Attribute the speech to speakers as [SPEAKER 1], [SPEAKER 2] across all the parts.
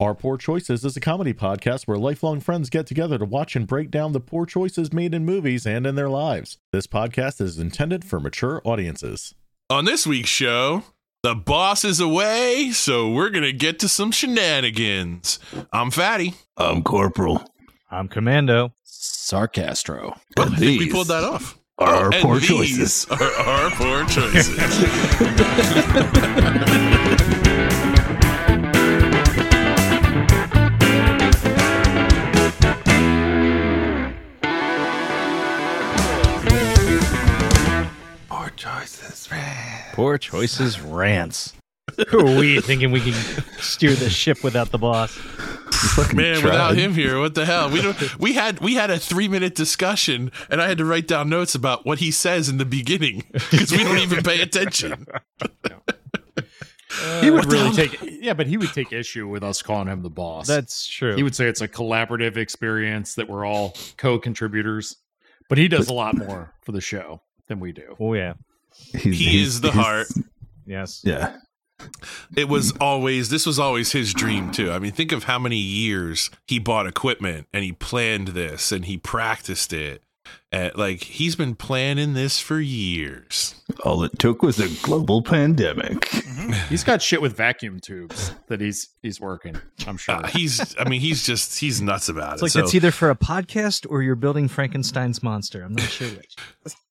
[SPEAKER 1] Our Poor Choices is a comedy podcast where lifelong friends get together to watch and break down the poor choices made in movies and in their lives. This podcast is intended for mature audiences.
[SPEAKER 2] On this week's show, the boss is away, so we're going to get to some shenanigans. I'm Fatty.
[SPEAKER 3] I'm Um, Corporal.
[SPEAKER 4] I'm Commando.
[SPEAKER 5] Sarcastro.
[SPEAKER 2] Well, I think we pulled that off.
[SPEAKER 3] Are our
[SPEAKER 2] And
[SPEAKER 3] poor
[SPEAKER 2] these
[SPEAKER 3] choices.
[SPEAKER 2] Are our poor choices.
[SPEAKER 3] Poor choices.
[SPEAKER 5] Poor choices rants.
[SPEAKER 4] Who are we thinking we can steer this ship without the boss?
[SPEAKER 2] Man, without him here, what the hell? We don't, we had we had a three minute discussion, and I had to write down notes about what he says in the beginning because we don't even pay attention.
[SPEAKER 6] He would
[SPEAKER 2] What the
[SPEAKER 6] Uh, really
[SPEAKER 2] hell?
[SPEAKER 6] take yeah, but he would take issue with us calling him the boss.
[SPEAKER 4] That's true.
[SPEAKER 6] he would say it's a collaborative experience that we're all co-contributors. But he does a lot more for the show than we do.
[SPEAKER 4] oh yeah.
[SPEAKER 3] He's,
[SPEAKER 2] He
[SPEAKER 3] he's-
[SPEAKER 2] is the
[SPEAKER 3] he's-
[SPEAKER 2] heart.
[SPEAKER 4] Yes.
[SPEAKER 3] Yeah.
[SPEAKER 2] It was always this was always his dream too. I mean, think of how many years he bought equipment and he planned this and he practiced it. Uh, like he's been planning this for years.
[SPEAKER 3] All it took was a global pandemic.
[SPEAKER 6] He's got shit with vacuum tubes that he's he's working. I'm sure.
[SPEAKER 2] Uh, he's, I mean, he's just he's nuts about
[SPEAKER 4] It's
[SPEAKER 2] it.
[SPEAKER 4] like
[SPEAKER 2] so,
[SPEAKER 4] that's either for a podcast or you're building Frankenstein's monster. I'm not sure which.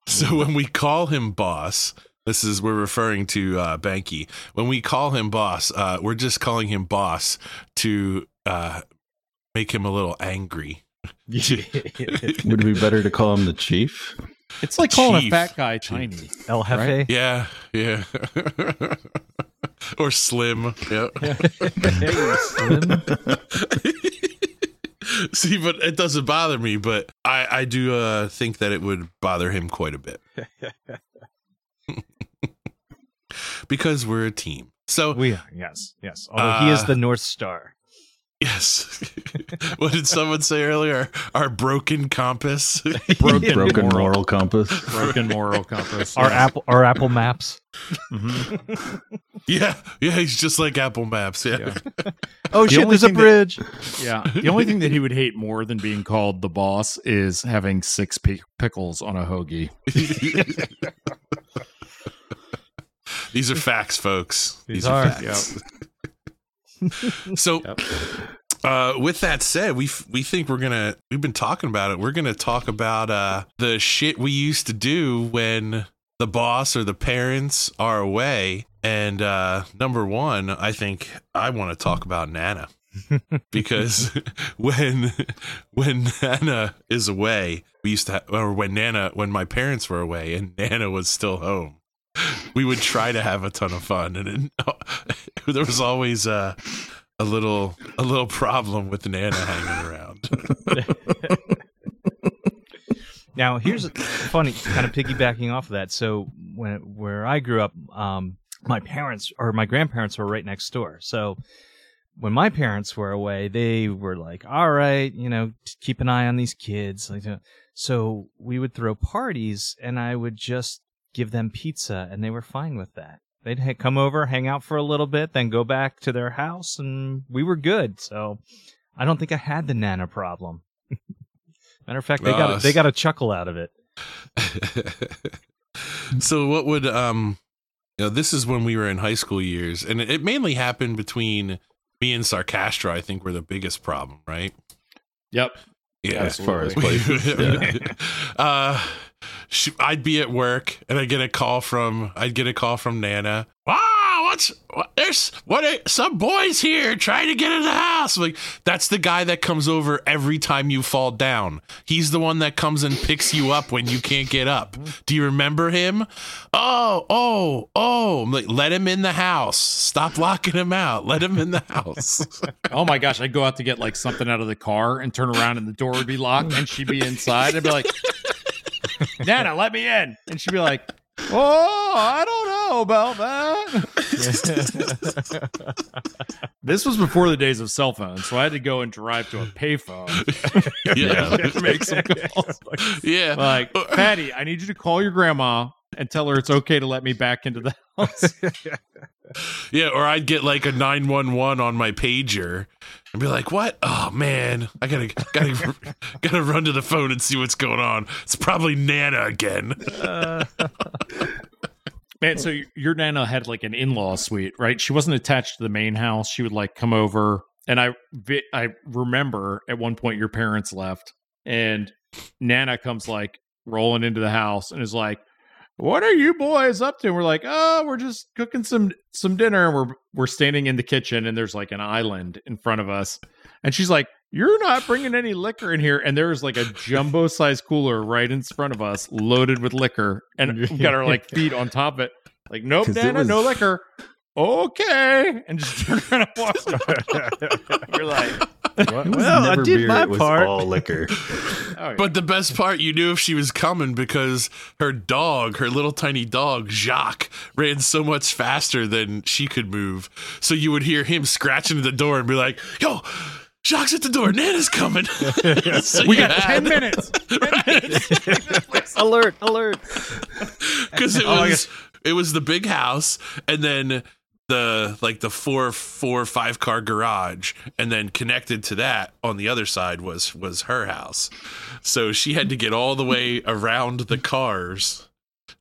[SPEAKER 2] so when we call him boss, this is we're referring to uh, Banky. When we call him boss, uh, we're just calling him boss to uh, make him a little angry.
[SPEAKER 3] Would it be better to call him the chief?
[SPEAKER 6] it's like calling
[SPEAKER 2] Chief.
[SPEAKER 6] a fat guy tiny.
[SPEAKER 4] El Jefe.
[SPEAKER 2] Yeah, yeah. or slim. Yeah.
[SPEAKER 4] Slim.
[SPEAKER 2] See, but it doesn't bother me, but I, I do uh, think that it would bother him quite a bit. because we're a team. So,
[SPEAKER 4] We are. Yes. Yes. Although he is
[SPEAKER 2] Uh,
[SPEAKER 4] the North Star.
[SPEAKER 2] yes. what did someone say earlier? Our broken compass.
[SPEAKER 6] Broken,
[SPEAKER 3] Broken moral compass.
[SPEAKER 6] broken moral compass.
[SPEAKER 4] Our
[SPEAKER 6] Yeah.
[SPEAKER 4] Apple. Our Apple Maps.
[SPEAKER 2] yeah. Yeah. He's just like Apple Maps. Yeah.
[SPEAKER 4] Oh shit!
[SPEAKER 6] only
[SPEAKER 4] There's a
[SPEAKER 6] thing that-
[SPEAKER 4] bridge.
[SPEAKER 6] Yeah. The only thing that he would hate more than being called the boss is having six pi- pickles on a hoagie.
[SPEAKER 2] These are facts, folks.
[SPEAKER 4] These
[SPEAKER 2] These,
[SPEAKER 4] are,
[SPEAKER 2] are, facts. so, uh, with that said, we f- we think we're gonna we've been talking about it. We're gonna talk about uh, the shit we used to do when the boss or the parents are away. And uh, number one, I think I want to talk about Nana because when when Nana is away, we used to ha- or when Nana when my parents were away and Nana was still home, we would try to have a ton of fun, and it, there was always a a little a little problem with Nana hanging around.
[SPEAKER 4] Now here's a- funny, kind of piggybacking off of that. So when where I grew up, um, my parents or my grandparents were right next door. So when my parents were away, they were like, "All right, you know, t- keep an eye on these kids." Like, uh, so we would throw parties, and I would just give them pizza, and they were fine with that. They'd ha- come over, hang out for a little bit, then go back to their house, and we were good. So I don't think I had the nana problem. Matter of fact, they got
[SPEAKER 2] Nice.
[SPEAKER 4] a, they got a chuckle out of it.
[SPEAKER 2] so what would um you know this is when we were in high school years and it, it mainly happened between me and sarcastra i think were the biggest problem right
[SPEAKER 6] Yep.
[SPEAKER 2] yeah
[SPEAKER 3] As far as
[SPEAKER 6] Absolutely.
[SPEAKER 3] places. Yeah.
[SPEAKER 2] uh sh i'd be at work and i get a call from i'd get a call from nana wow what's what, there's what are some boys here trying to get in the house I'm like that's the guy that comes over every time you fall down he's the one that comes and picks you up when you can't get up do you remember him oh oh oh I'm like let him in the house stop locking him out let him in the house
[SPEAKER 6] Oh my gosh, I'd go out to get like something out of the car and turn around and the door would be locked and she'd be inside. I'd be like, Nana, let me in. And she'd be like, Oh, I don't know about that. this was before the days of cell phones, so I had to go and drive to a payphone
[SPEAKER 2] yeah
[SPEAKER 6] to make some calls.
[SPEAKER 2] yeah
[SPEAKER 6] Like, Patty, I need you to call your grandma and tell her it's okay to let me back into the house.
[SPEAKER 2] Yeah, or I'd get like a 911 on my pager and be like, "What? Oh man, I got to got to got to run to the phone and see what's going on. It's probably Nana again."
[SPEAKER 6] Man, so y- your nana had like an in-law suite, right? She wasn't attached to the main house. She would like come over, and I vi- I remember at one point your parents left, and Nana comes like rolling into the house and is like, "What are you boys up to?" And we're like, "Oh, we're just cooking some some dinner." And we're we're standing in the kitchen, and there's like an island in front of us, and she's like. You're not bringing any liquor in here, and there's like a jumbo sized cooler right in front of us, loaded with liquor, and we got our like feet on top of it. Like, nope,
[SPEAKER 3] 'Cause it
[SPEAKER 6] Nana,
[SPEAKER 3] was-
[SPEAKER 6] no liquor. Okay, and just turn around and walk. You're like,
[SPEAKER 3] It was
[SPEAKER 4] Well, I
[SPEAKER 3] never
[SPEAKER 4] did
[SPEAKER 3] beer,
[SPEAKER 4] my
[SPEAKER 3] it was
[SPEAKER 4] part.
[SPEAKER 3] all liquor.
[SPEAKER 6] oh,
[SPEAKER 2] But the best part, you knew if she was coming because her dog, her little tiny dog, Jacques, ran so much faster than she could move. So you would hear him scratching at the door and be like, yo, Jacques at the door. Nana's coming.
[SPEAKER 6] we got ten minutes.
[SPEAKER 4] alert, alert.
[SPEAKER 2] Because it
[SPEAKER 4] Oh, I
[SPEAKER 2] was it was the big house and then the like the four four or five car garage and then connected to that on the other side was was her house. So she had to get all the way around the cars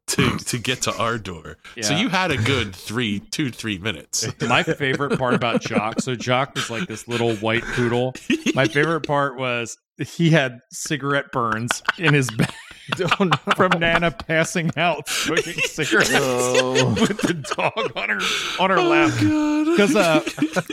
[SPEAKER 2] to to get to our door. So
[SPEAKER 6] Yeah.
[SPEAKER 2] you had a good three, two, three minutes.
[SPEAKER 6] My favorite part about Jock, so Jock was like this little white poodle. My favorite part was he had cigarette burns in his back from Nana passing out smoking cigarettes
[SPEAKER 3] Oh.
[SPEAKER 6] with the dog on her on her lap. Because uh,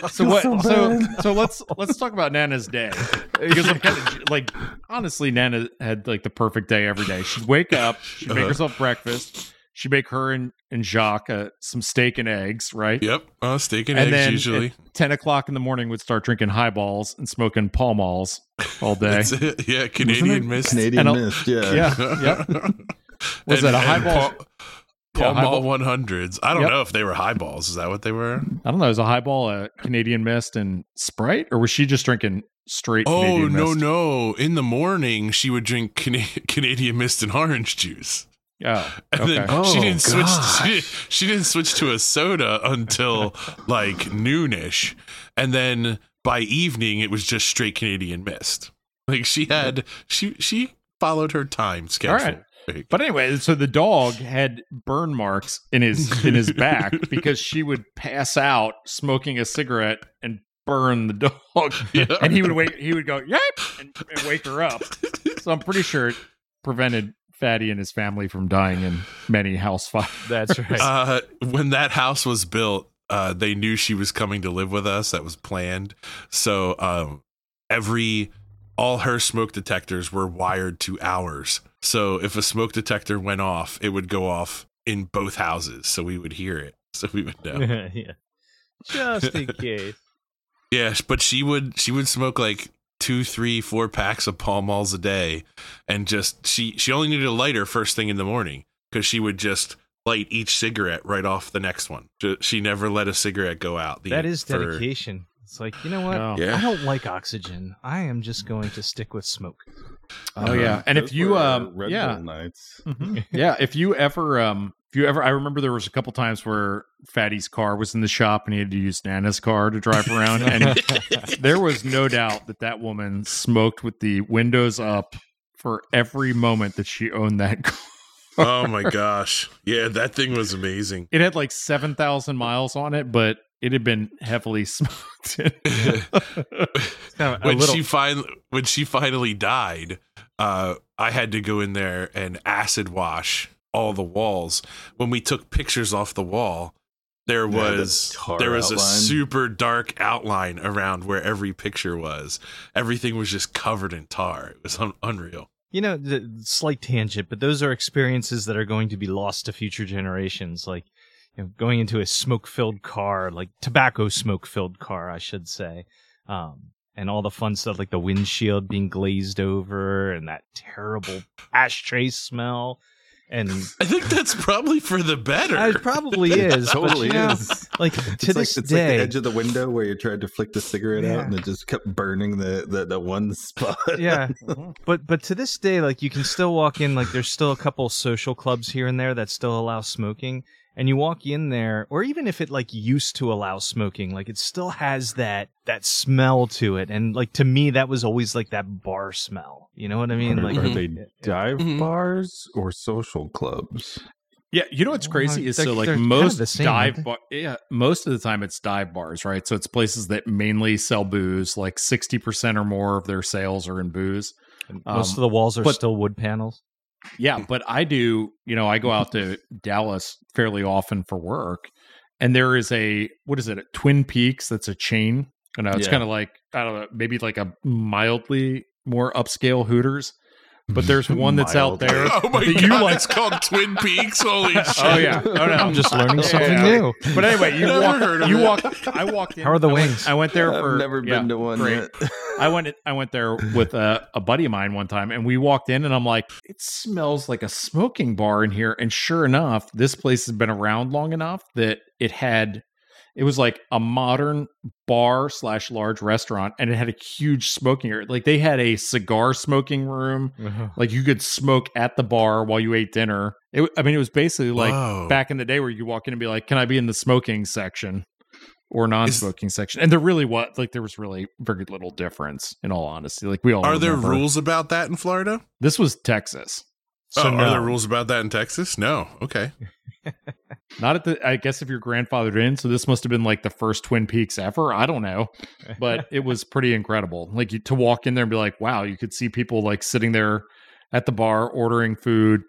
[SPEAKER 6] so what? So, so let's let's talk about Nana's day because I'm kind of like honestly, Nana had like the perfect day every day. She'd wake up, she'd make
[SPEAKER 2] Uh-huh.
[SPEAKER 6] herself breakfast, she'd make her and and Jacques uh, some steak and eggs, right?
[SPEAKER 2] Yep. Uh steak and,
[SPEAKER 6] and
[SPEAKER 2] eggs
[SPEAKER 6] then
[SPEAKER 2] usually.
[SPEAKER 6] at 10 o'clock in the morning would start drinking highballs and smoking pall malls all day
[SPEAKER 2] That's it. Yeah, Canadian mist.
[SPEAKER 3] Canadian
[SPEAKER 6] And a-
[SPEAKER 3] mist, yeah.
[SPEAKER 6] yeah yep Was that a highball?
[SPEAKER 2] Paul, Paul
[SPEAKER 6] Yeah,
[SPEAKER 2] Mall
[SPEAKER 6] highball.
[SPEAKER 2] 100s. I don't
[SPEAKER 6] Yep.
[SPEAKER 2] know if they were highballs. Is that what they were?
[SPEAKER 6] i don't know is a highball a canadian mist and sprite or was she just drinking straight
[SPEAKER 2] Oh
[SPEAKER 6] canadian
[SPEAKER 2] no
[SPEAKER 6] mist?
[SPEAKER 2] no! In the morning, she would drink Cana- Canadian Mist and orange juice,
[SPEAKER 6] oh
[SPEAKER 2] and
[SPEAKER 6] okay
[SPEAKER 2] then she
[SPEAKER 5] Oh,
[SPEAKER 2] didn't switch.
[SPEAKER 5] gosh.
[SPEAKER 2] She, didn't- she didn't switch to a soda until like noonish, and then by evening it was just straight Canadian Mist. Like she had she she followed her time schedule.
[SPEAKER 6] right.
[SPEAKER 2] Like,
[SPEAKER 6] but anyway so the dog had burn marks in his in his back because she would pass out smoking a cigarette and burn the dog
[SPEAKER 2] yeah.
[SPEAKER 6] and he would wake he would go yep and, and wake her up so i'm pretty sure it prevented fatty and his family from dying in many house fires
[SPEAKER 4] That's right.
[SPEAKER 2] Uh, when that house was built, uh, they knew she was coming to live with us. That was planned. So um, every all her smoke detectors were wired to ours. So if a smoke detector went off, it would go off in both houses. So we would hear it. So we would know.
[SPEAKER 4] yeah. Just in case.
[SPEAKER 2] yeah, but she would she would smoke like two, three, four packs of Pall Malls a day, and just she she only needed a lighter first thing in the morning because she would just light each cigarette right off the next one. Ju- She never let a cigarette go out. the-
[SPEAKER 4] That is
[SPEAKER 2] for-
[SPEAKER 4] dedication. It's like, you know what?
[SPEAKER 6] No.
[SPEAKER 2] Yeah.
[SPEAKER 4] I don't like oxygen. I am just going to stick with smoke.
[SPEAKER 6] Oh, yeah. And if
[SPEAKER 3] Those
[SPEAKER 6] you,
[SPEAKER 3] were, uh,
[SPEAKER 6] um,
[SPEAKER 3] Red
[SPEAKER 6] yeah.
[SPEAKER 3] Bull nights.
[SPEAKER 6] yeah if you ever um if you ever i remember there was a couple times where fatty's car was in the shop and he had to use nana's car to drive around and there was no doubt that that woman smoked with the windows up for every moment that she owned that car
[SPEAKER 2] oh my gosh. Yeah, that thing was amazing.
[SPEAKER 6] it had like 7000 miles on it but it had been heavily smoked
[SPEAKER 4] It's kind of a
[SPEAKER 2] when
[SPEAKER 4] little-
[SPEAKER 2] she finally when she finally died, uh, I had to go in there and acid wash all the walls. When we took pictures off the wall, there
[SPEAKER 3] Yeah, the
[SPEAKER 2] was
[SPEAKER 3] tar
[SPEAKER 2] there was a
[SPEAKER 3] outline.
[SPEAKER 2] super dark outline around where every picture was. Everything was just covered in tar. It was un- unreal.
[SPEAKER 4] You know, the slight tangent, but those are experiences that are going to be lost to future generations. Like, you know, going into a smoke-filled car, like tobacco smoke-filled car, I should say, um, and all the fun stuff like the windshield being glazed over and that terrible ashtray smell. and
[SPEAKER 2] I think that's probably for the better.
[SPEAKER 4] it probably is.
[SPEAKER 3] totally
[SPEAKER 4] but, you know,
[SPEAKER 3] is.
[SPEAKER 4] like to
[SPEAKER 3] It's,
[SPEAKER 4] this
[SPEAKER 3] like, it's like
[SPEAKER 4] day,
[SPEAKER 3] the edge of the window where you tried to flick the cigarette
[SPEAKER 4] Yeah.
[SPEAKER 3] out and it just kept burning the, the, the one spot.
[SPEAKER 4] yeah
[SPEAKER 2] Mm-hmm.
[SPEAKER 4] but but to this day like you can still walk in like there's still a couple social clubs here and there that still allow smoking and you walk in there or even if it like used to allow smoking like it still has that that smell to it and like to me that was always like that bar smell you know what i mean like
[SPEAKER 2] Mhm.
[SPEAKER 3] Are they dive
[SPEAKER 2] Mhm.
[SPEAKER 3] bars or social clubs?
[SPEAKER 6] Yeah, you know what's
[SPEAKER 4] Well,
[SPEAKER 6] crazy is
[SPEAKER 4] they're-
[SPEAKER 6] so
[SPEAKER 4] Oh they're
[SPEAKER 6] like
[SPEAKER 4] kind of
[SPEAKER 6] most
[SPEAKER 4] the same, aren't they?
[SPEAKER 6] dive bar, yeah, most of the time it's dive bars, right? So it's places that mainly sell booze. Like sixty percent or more of their sales are in booze.
[SPEAKER 4] most
[SPEAKER 6] Um,
[SPEAKER 4] of the walls are
[SPEAKER 6] but-
[SPEAKER 4] still wood panels
[SPEAKER 6] Yeah, but I do, you know, I go out to Dallas fairly often for work, and there is a what is it, Twin Peaks? That's a chain. You know, it's
[SPEAKER 3] Yeah.
[SPEAKER 6] kind of like I don't know, maybe like a mildly more upscale Hooters, but there's one that's out there.
[SPEAKER 2] oh my
[SPEAKER 6] that you
[SPEAKER 2] god,
[SPEAKER 6] like-
[SPEAKER 2] it's called Twin Peaks. Holy shit!
[SPEAKER 6] Oh yeah, oh no,
[SPEAKER 4] i'm just learning
[SPEAKER 6] Yeah,
[SPEAKER 4] something
[SPEAKER 6] yeah.
[SPEAKER 4] new
[SPEAKER 6] But anyway, you
[SPEAKER 2] Never
[SPEAKER 6] walk,
[SPEAKER 2] heard of
[SPEAKER 6] you
[SPEAKER 2] it.
[SPEAKER 6] walk. I walked in.
[SPEAKER 4] how are the
[SPEAKER 6] I went-
[SPEAKER 4] wings
[SPEAKER 6] I went there
[SPEAKER 3] I've
[SPEAKER 6] for.
[SPEAKER 3] never
[SPEAKER 6] yeah,
[SPEAKER 3] been to one
[SPEAKER 6] great.
[SPEAKER 3] yet.
[SPEAKER 6] I went. I went there with a, a buddy of mine one time, and we walked in, and I'm like, "It smells like a smoking bar in here." And sure enough, this place has been around long enough that it had. It was like a modern bar slash large restaurant, and it had a huge smoking area. Like they had a cigar smoking room.
[SPEAKER 2] Oh,
[SPEAKER 6] Like you could smoke at the bar while you ate dinner. It, w- I mean, it was basically like
[SPEAKER 2] Whoa.
[SPEAKER 6] back in the day where you walk in and be like, "Can I be in the smoking section or non-smoking section?" And there really was like there was really very little difference in all honesty. Like we all
[SPEAKER 2] Are there
[SPEAKER 6] remember-
[SPEAKER 2] rules about that in Florida?
[SPEAKER 6] This was Texas,
[SPEAKER 4] so
[SPEAKER 2] oh, Are
[SPEAKER 4] no.
[SPEAKER 2] there rules about that in Texas? No. Okay.
[SPEAKER 6] not at the. I guess if your grandfathered in, so this must have been like the first Twin Peaks ever. I don't know, but it was pretty incredible. Like you, to walk in there and be like, "Wow!" You could see people like sitting there at the bar ordering food.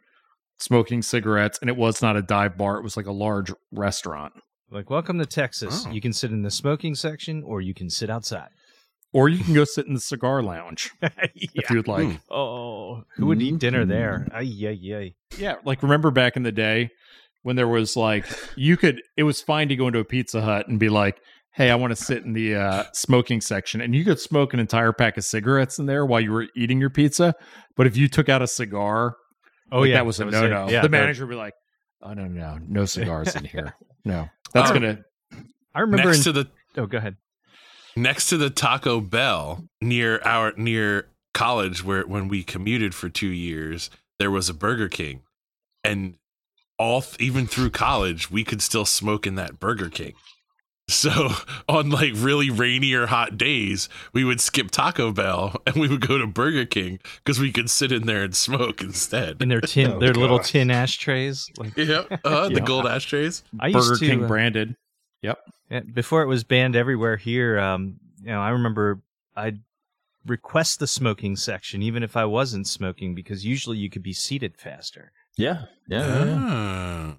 [SPEAKER 6] Smoking cigarettes, and it was not a dive bar. It was like a large restaurant.
[SPEAKER 4] like welcome to texas
[SPEAKER 2] Oh.
[SPEAKER 4] you can sit in the smoking section or you can sit outside
[SPEAKER 6] Or you can go sit in the cigar lounge
[SPEAKER 4] Yeah.
[SPEAKER 6] if you would like.
[SPEAKER 2] Hmm.
[SPEAKER 4] Oh, who would eat dinner there? Ay, yay, yay.
[SPEAKER 6] Yeah, like remember back in the day when there was like you could it was fine to go into a Pizza Hut and be like, "Hey, I want to sit in the uh, smoking section," and you could smoke an entire pack of cigarettes in there while you were eating your pizza. But if you took out a cigar,
[SPEAKER 4] Oh,
[SPEAKER 6] like,
[SPEAKER 4] yeah.
[SPEAKER 6] that was a no no.
[SPEAKER 4] Yeah,
[SPEAKER 6] the
[SPEAKER 4] that-
[SPEAKER 6] manager would be like, "Oh no, no, no cigars in here. No, that's
[SPEAKER 2] Oh.
[SPEAKER 6] gonna."
[SPEAKER 4] I remember.
[SPEAKER 2] next
[SPEAKER 4] In,
[SPEAKER 2] to the
[SPEAKER 4] oh, go ahead.
[SPEAKER 2] next to the Taco Bell near our near college where when we commuted for 2 years there was a Burger King and all th- even through college we could still smoke in that Burger King. So on like really rainy or hot days we would skip Taco Bell and we would go to Burger King cuz we could sit in there and smoke instead.
[SPEAKER 4] In their tin,
[SPEAKER 3] Oh,
[SPEAKER 4] their little
[SPEAKER 3] God.
[SPEAKER 4] tin ashtrays. Like
[SPEAKER 2] Yep. Uh, The
[SPEAKER 6] Yeah.
[SPEAKER 2] gold ashtrays.
[SPEAKER 4] I
[SPEAKER 6] Burger
[SPEAKER 4] used to,
[SPEAKER 6] King
[SPEAKER 4] uh,
[SPEAKER 6] branded.
[SPEAKER 4] yeah, before it was banned everywhere here. Um, you know, I remember I'd request the smoking section even if I wasn't smoking because usually you could be seated faster.
[SPEAKER 3] Yeah. Yeah. yeah.
[SPEAKER 2] Ah.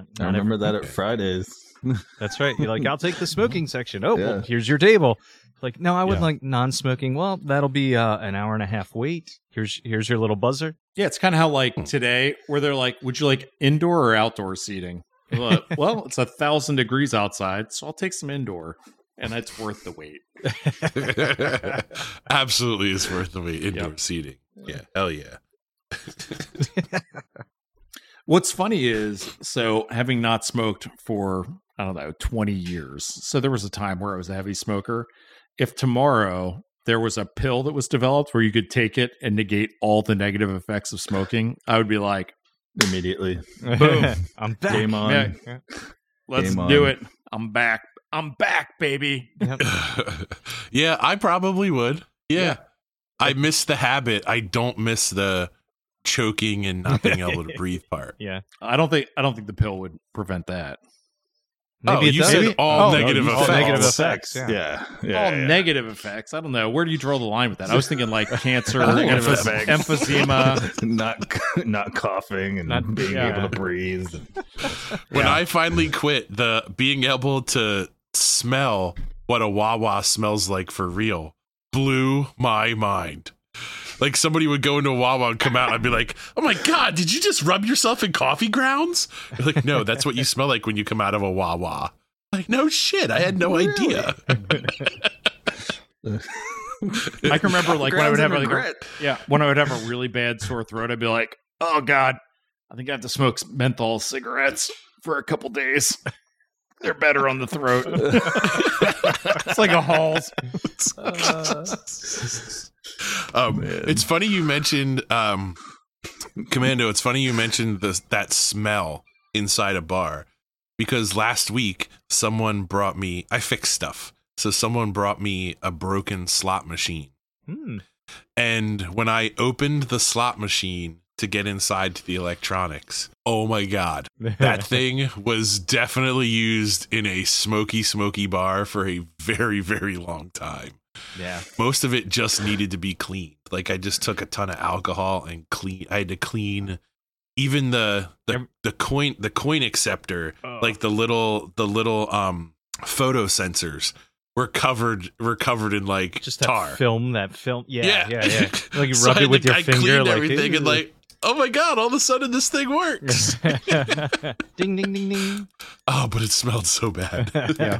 [SPEAKER 3] I
[SPEAKER 4] not every-
[SPEAKER 3] remember that at Fridays.
[SPEAKER 4] That's right. You're like, I'll take the smoking section. Oh, well,
[SPEAKER 3] Yeah.
[SPEAKER 4] here's your table. Like, no, I would like non-smoking. Well, that'll be uh, an hour and a half wait. Here's here's your little buzzer.
[SPEAKER 6] Yeah, it's kind of how
[SPEAKER 3] Hmm.
[SPEAKER 6] like today, where they're like, "Would you like indoor or outdoor seating?" Well, well, it's a thousand degrees outside, so I'll take some indoor, and it's worth the wait.
[SPEAKER 2] Ah. Absolutely, it's worth the wait. Indoor
[SPEAKER 6] Yep.
[SPEAKER 2] seating. Yeah, hell yeah.
[SPEAKER 6] What's funny is, so having not smoked for I don't know twenty years, so there was a time where I was a heavy smoker. If tomorrow there was a pill that was developed where you could take it and negate all the negative effects of smoking, I would be like,
[SPEAKER 3] Immediately.
[SPEAKER 6] Boom.
[SPEAKER 4] I'm back.
[SPEAKER 3] Game on.
[SPEAKER 6] Yeah. "Let's
[SPEAKER 3] Game
[SPEAKER 6] do
[SPEAKER 3] on.
[SPEAKER 6] it! I'm back! I'm back, baby!"
[SPEAKER 2] yeah, I probably would. Yeah. I miss the habit. I don't miss the choking and not being able to breathe part.
[SPEAKER 4] Yeah.
[SPEAKER 6] I don't think I don't think the pill would prevent that.
[SPEAKER 2] Oh, you said all negative
[SPEAKER 4] you said
[SPEAKER 2] effects.
[SPEAKER 4] negative effects. Yeah.
[SPEAKER 3] Yeah. Yeah.
[SPEAKER 6] all
[SPEAKER 3] yeah.
[SPEAKER 6] negative effects. I don't know. Where do you draw the line with that? I was thinking like cancer,
[SPEAKER 2] I think
[SPEAKER 6] emphys-
[SPEAKER 2] effects.
[SPEAKER 6] emphysema.
[SPEAKER 3] not not coughing and
[SPEAKER 4] Not-
[SPEAKER 3] being
[SPEAKER 6] yeah.
[SPEAKER 3] able to breathe.
[SPEAKER 2] When I finally quit, the being able to smell what a Wawa smells like for real blew my mind. Like somebody would go into a Wawa and come out, and I'd be like, "Oh my god, did you just rub yourself in coffee grounds?" They're like, no, that's what you smell like when you come out of a Wawa. Like, no shit, I had no idea.
[SPEAKER 6] I can remember like when I would have like a-
[SPEAKER 3] regret.
[SPEAKER 6] yeah, when I would have a really bad sore throat, I'd be like, "Oh god, I think I have to smoke menthol cigarettes for a couple days. They're better on the throat. it's like a Halls.
[SPEAKER 2] um, it's funny you mentioned um, Commando. It's funny you mentioned the, that smell inside a bar because last week someone brought me. I fix stuff, so someone brought me a broken slot machine.
[SPEAKER 4] Hmm.
[SPEAKER 2] And when I opened the slot machine to get inside to the electronics, oh my god, that thing was definitely used in a smoky, smoky bar for a very, very long time
[SPEAKER 4] yeah.
[SPEAKER 2] most of it just needed to be cleaned. Like I just took a ton of alcohol and clean. I had to clean even the the, the coin the coin acceptor,
[SPEAKER 4] Oh.
[SPEAKER 2] like the little the little um photo sensors were covered were covered in like
[SPEAKER 4] Just that
[SPEAKER 2] tar.
[SPEAKER 4] film, that film. Yeah, yeah, yeah. Like you
[SPEAKER 2] So
[SPEAKER 4] rub
[SPEAKER 2] I
[SPEAKER 4] it
[SPEAKER 2] had
[SPEAKER 4] with
[SPEAKER 2] to-
[SPEAKER 4] your
[SPEAKER 2] I
[SPEAKER 4] finger,
[SPEAKER 2] cleaned
[SPEAKER 4] like
[SPEAKER 2] everything, and like. Oh my god! All of a sudden, this thing works.
[SPEAKER 4] ding, ding, ding, ding.
[SPEAKER 2] oh, but it smelled so bad.
[SPEAKER 6] Yeah.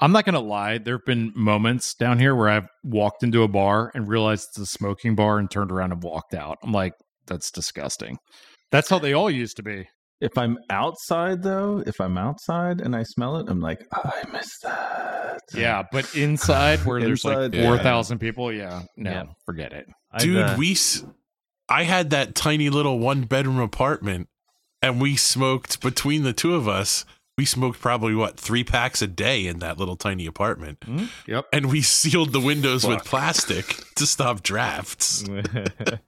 [SPEAKER 6] I'm not gonna lie. There have been moments down here where I've walked into a bar and realized it's a smoking bar and turned around and walked out. I'm like, that's disgusting. That's how they all used to be.
[SPEAKER 3] If I'm outside though, if I'm outside and I smell it, I'm like, "Oh, I miss that.
[SPEAKER 6] Yeah, but inside where there's like
[SPEAKER 3] Inside,
[SPEAKER 2] yeah.
[SPEAKER 6] four thousand people, yeah, no,
[SPEAKER 4] Yeah.
[SPEAKER 6] forget it.
[SPEAKER 4] I've,
[SPEAKER 2] dude
[SPEAKER 4] uh,
[SPEAKER 2] we s- i had that tiny little one bedroom apartment and we smoked between the two of us we smoked probably what three packs a day in that little tiny apartment
[SPEAKER 6] Yep.
[SPEAKER 2] and we sealed the windows with plastic to stop drafts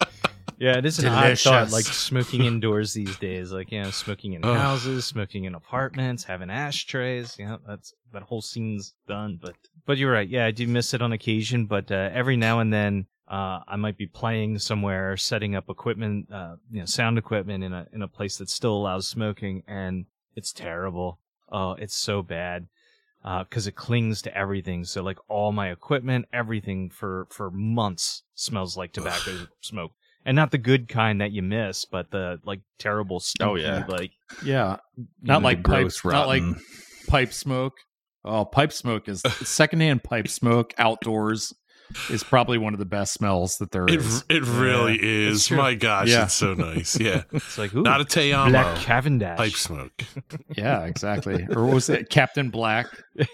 [SPEAKER 4] yeah, it is an odd thought,
[SPEAKER 6] Delicious.
[SPEAKER 4] like smoking indoors these days. Like, you know, smoking in
[SPEAKER 2] Ugh.
[SPEAKER 4] houses, smoking in apartments, having ashtrays. Yeah, that's that whole scene's done. But but you're right. Yeah, I do miss it on occasion. But uh, every now and then, uh, I might be playing somewhere, setting up equipment, uh, you know, sound equipment in a in a place that still allows smoking, and it's terrible. Oh, it's so bad because it clings to everything. So like all my equipment, everything for for months smells like tobacco smoke, and not the good kind that you miss, but the like terrible stinky,
[SPEAKER 3] Oh, yeah.
[SPEAKER 4] like
[SPEAKER 6] Yeah.
[SPEAKER 3] know,
[SPEAKER 6] Not
[SPEAKER 3] the
[SPEAKER 6] like pipe,
[SPEAKER 3] gross
[SPEAKER 6] not like
[SPEAKER 3] rotten.
[SPEAKER 6] pipe smoke. Oh, pipe smoke is secondhand pipe smoke outdoors is probably one of the best smells that there
[SPEAKER 2] it,
[SPEAKER 6] is.
[SPEAKER 2] it really is my gosh
[SPEAKER 6] Yeah.
[SPEAKER 2] it's so nice yeah
[SPEAKER 4] it's like ooh,
[SPEAKER 2] not a Teyamo
[SPEAKER 4] black Cavendish.
[SPEAKER 2] pipe smoke
[SPEAKER 6] yeah, exactly. Or what was it Captain Black?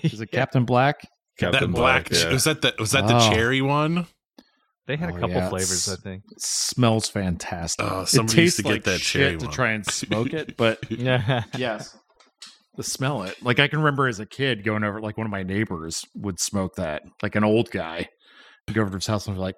[SPEAKER 6] Is it Captain Black?
[SPEAKER 2] that black,
[SPEAKER 3] yeah.
[SPEAKER 2] was that the was that
[SPEAKER 6] Wow.
[SPEAKER 2] the cherry one
[SPEAKER 4] they had a
[SPEAKER 6] Oh,
[SPEAKER 4] couple
[SPEAKER 6] yeah,
[SPEAKER 4] flavors, I
[SPEAKER 6] it's-
[SPEAKER 4] think.
[SPEAKER 6] smells fantastic.
[SPEAKER 2] Oh,
[SPEAKER 6] it
[SPEAKER 2] somebody used
[SPEAKER 6] tastes
[SPEAKER 2] to get
[SPEAKER 6] like
[SPEAKER 2] that cherry
[SPEAKER 6] shit to
[SPEAKER 2] one.
[SPEAKER 6] try and smoke it, but
[SPEAKER 4] Yeah,
[SPEAKER 6] yes, to smell it. Like I can remember as a kid going over, like one of my neighbors would smoke that, like an old guy. I'd go over to his house and be like,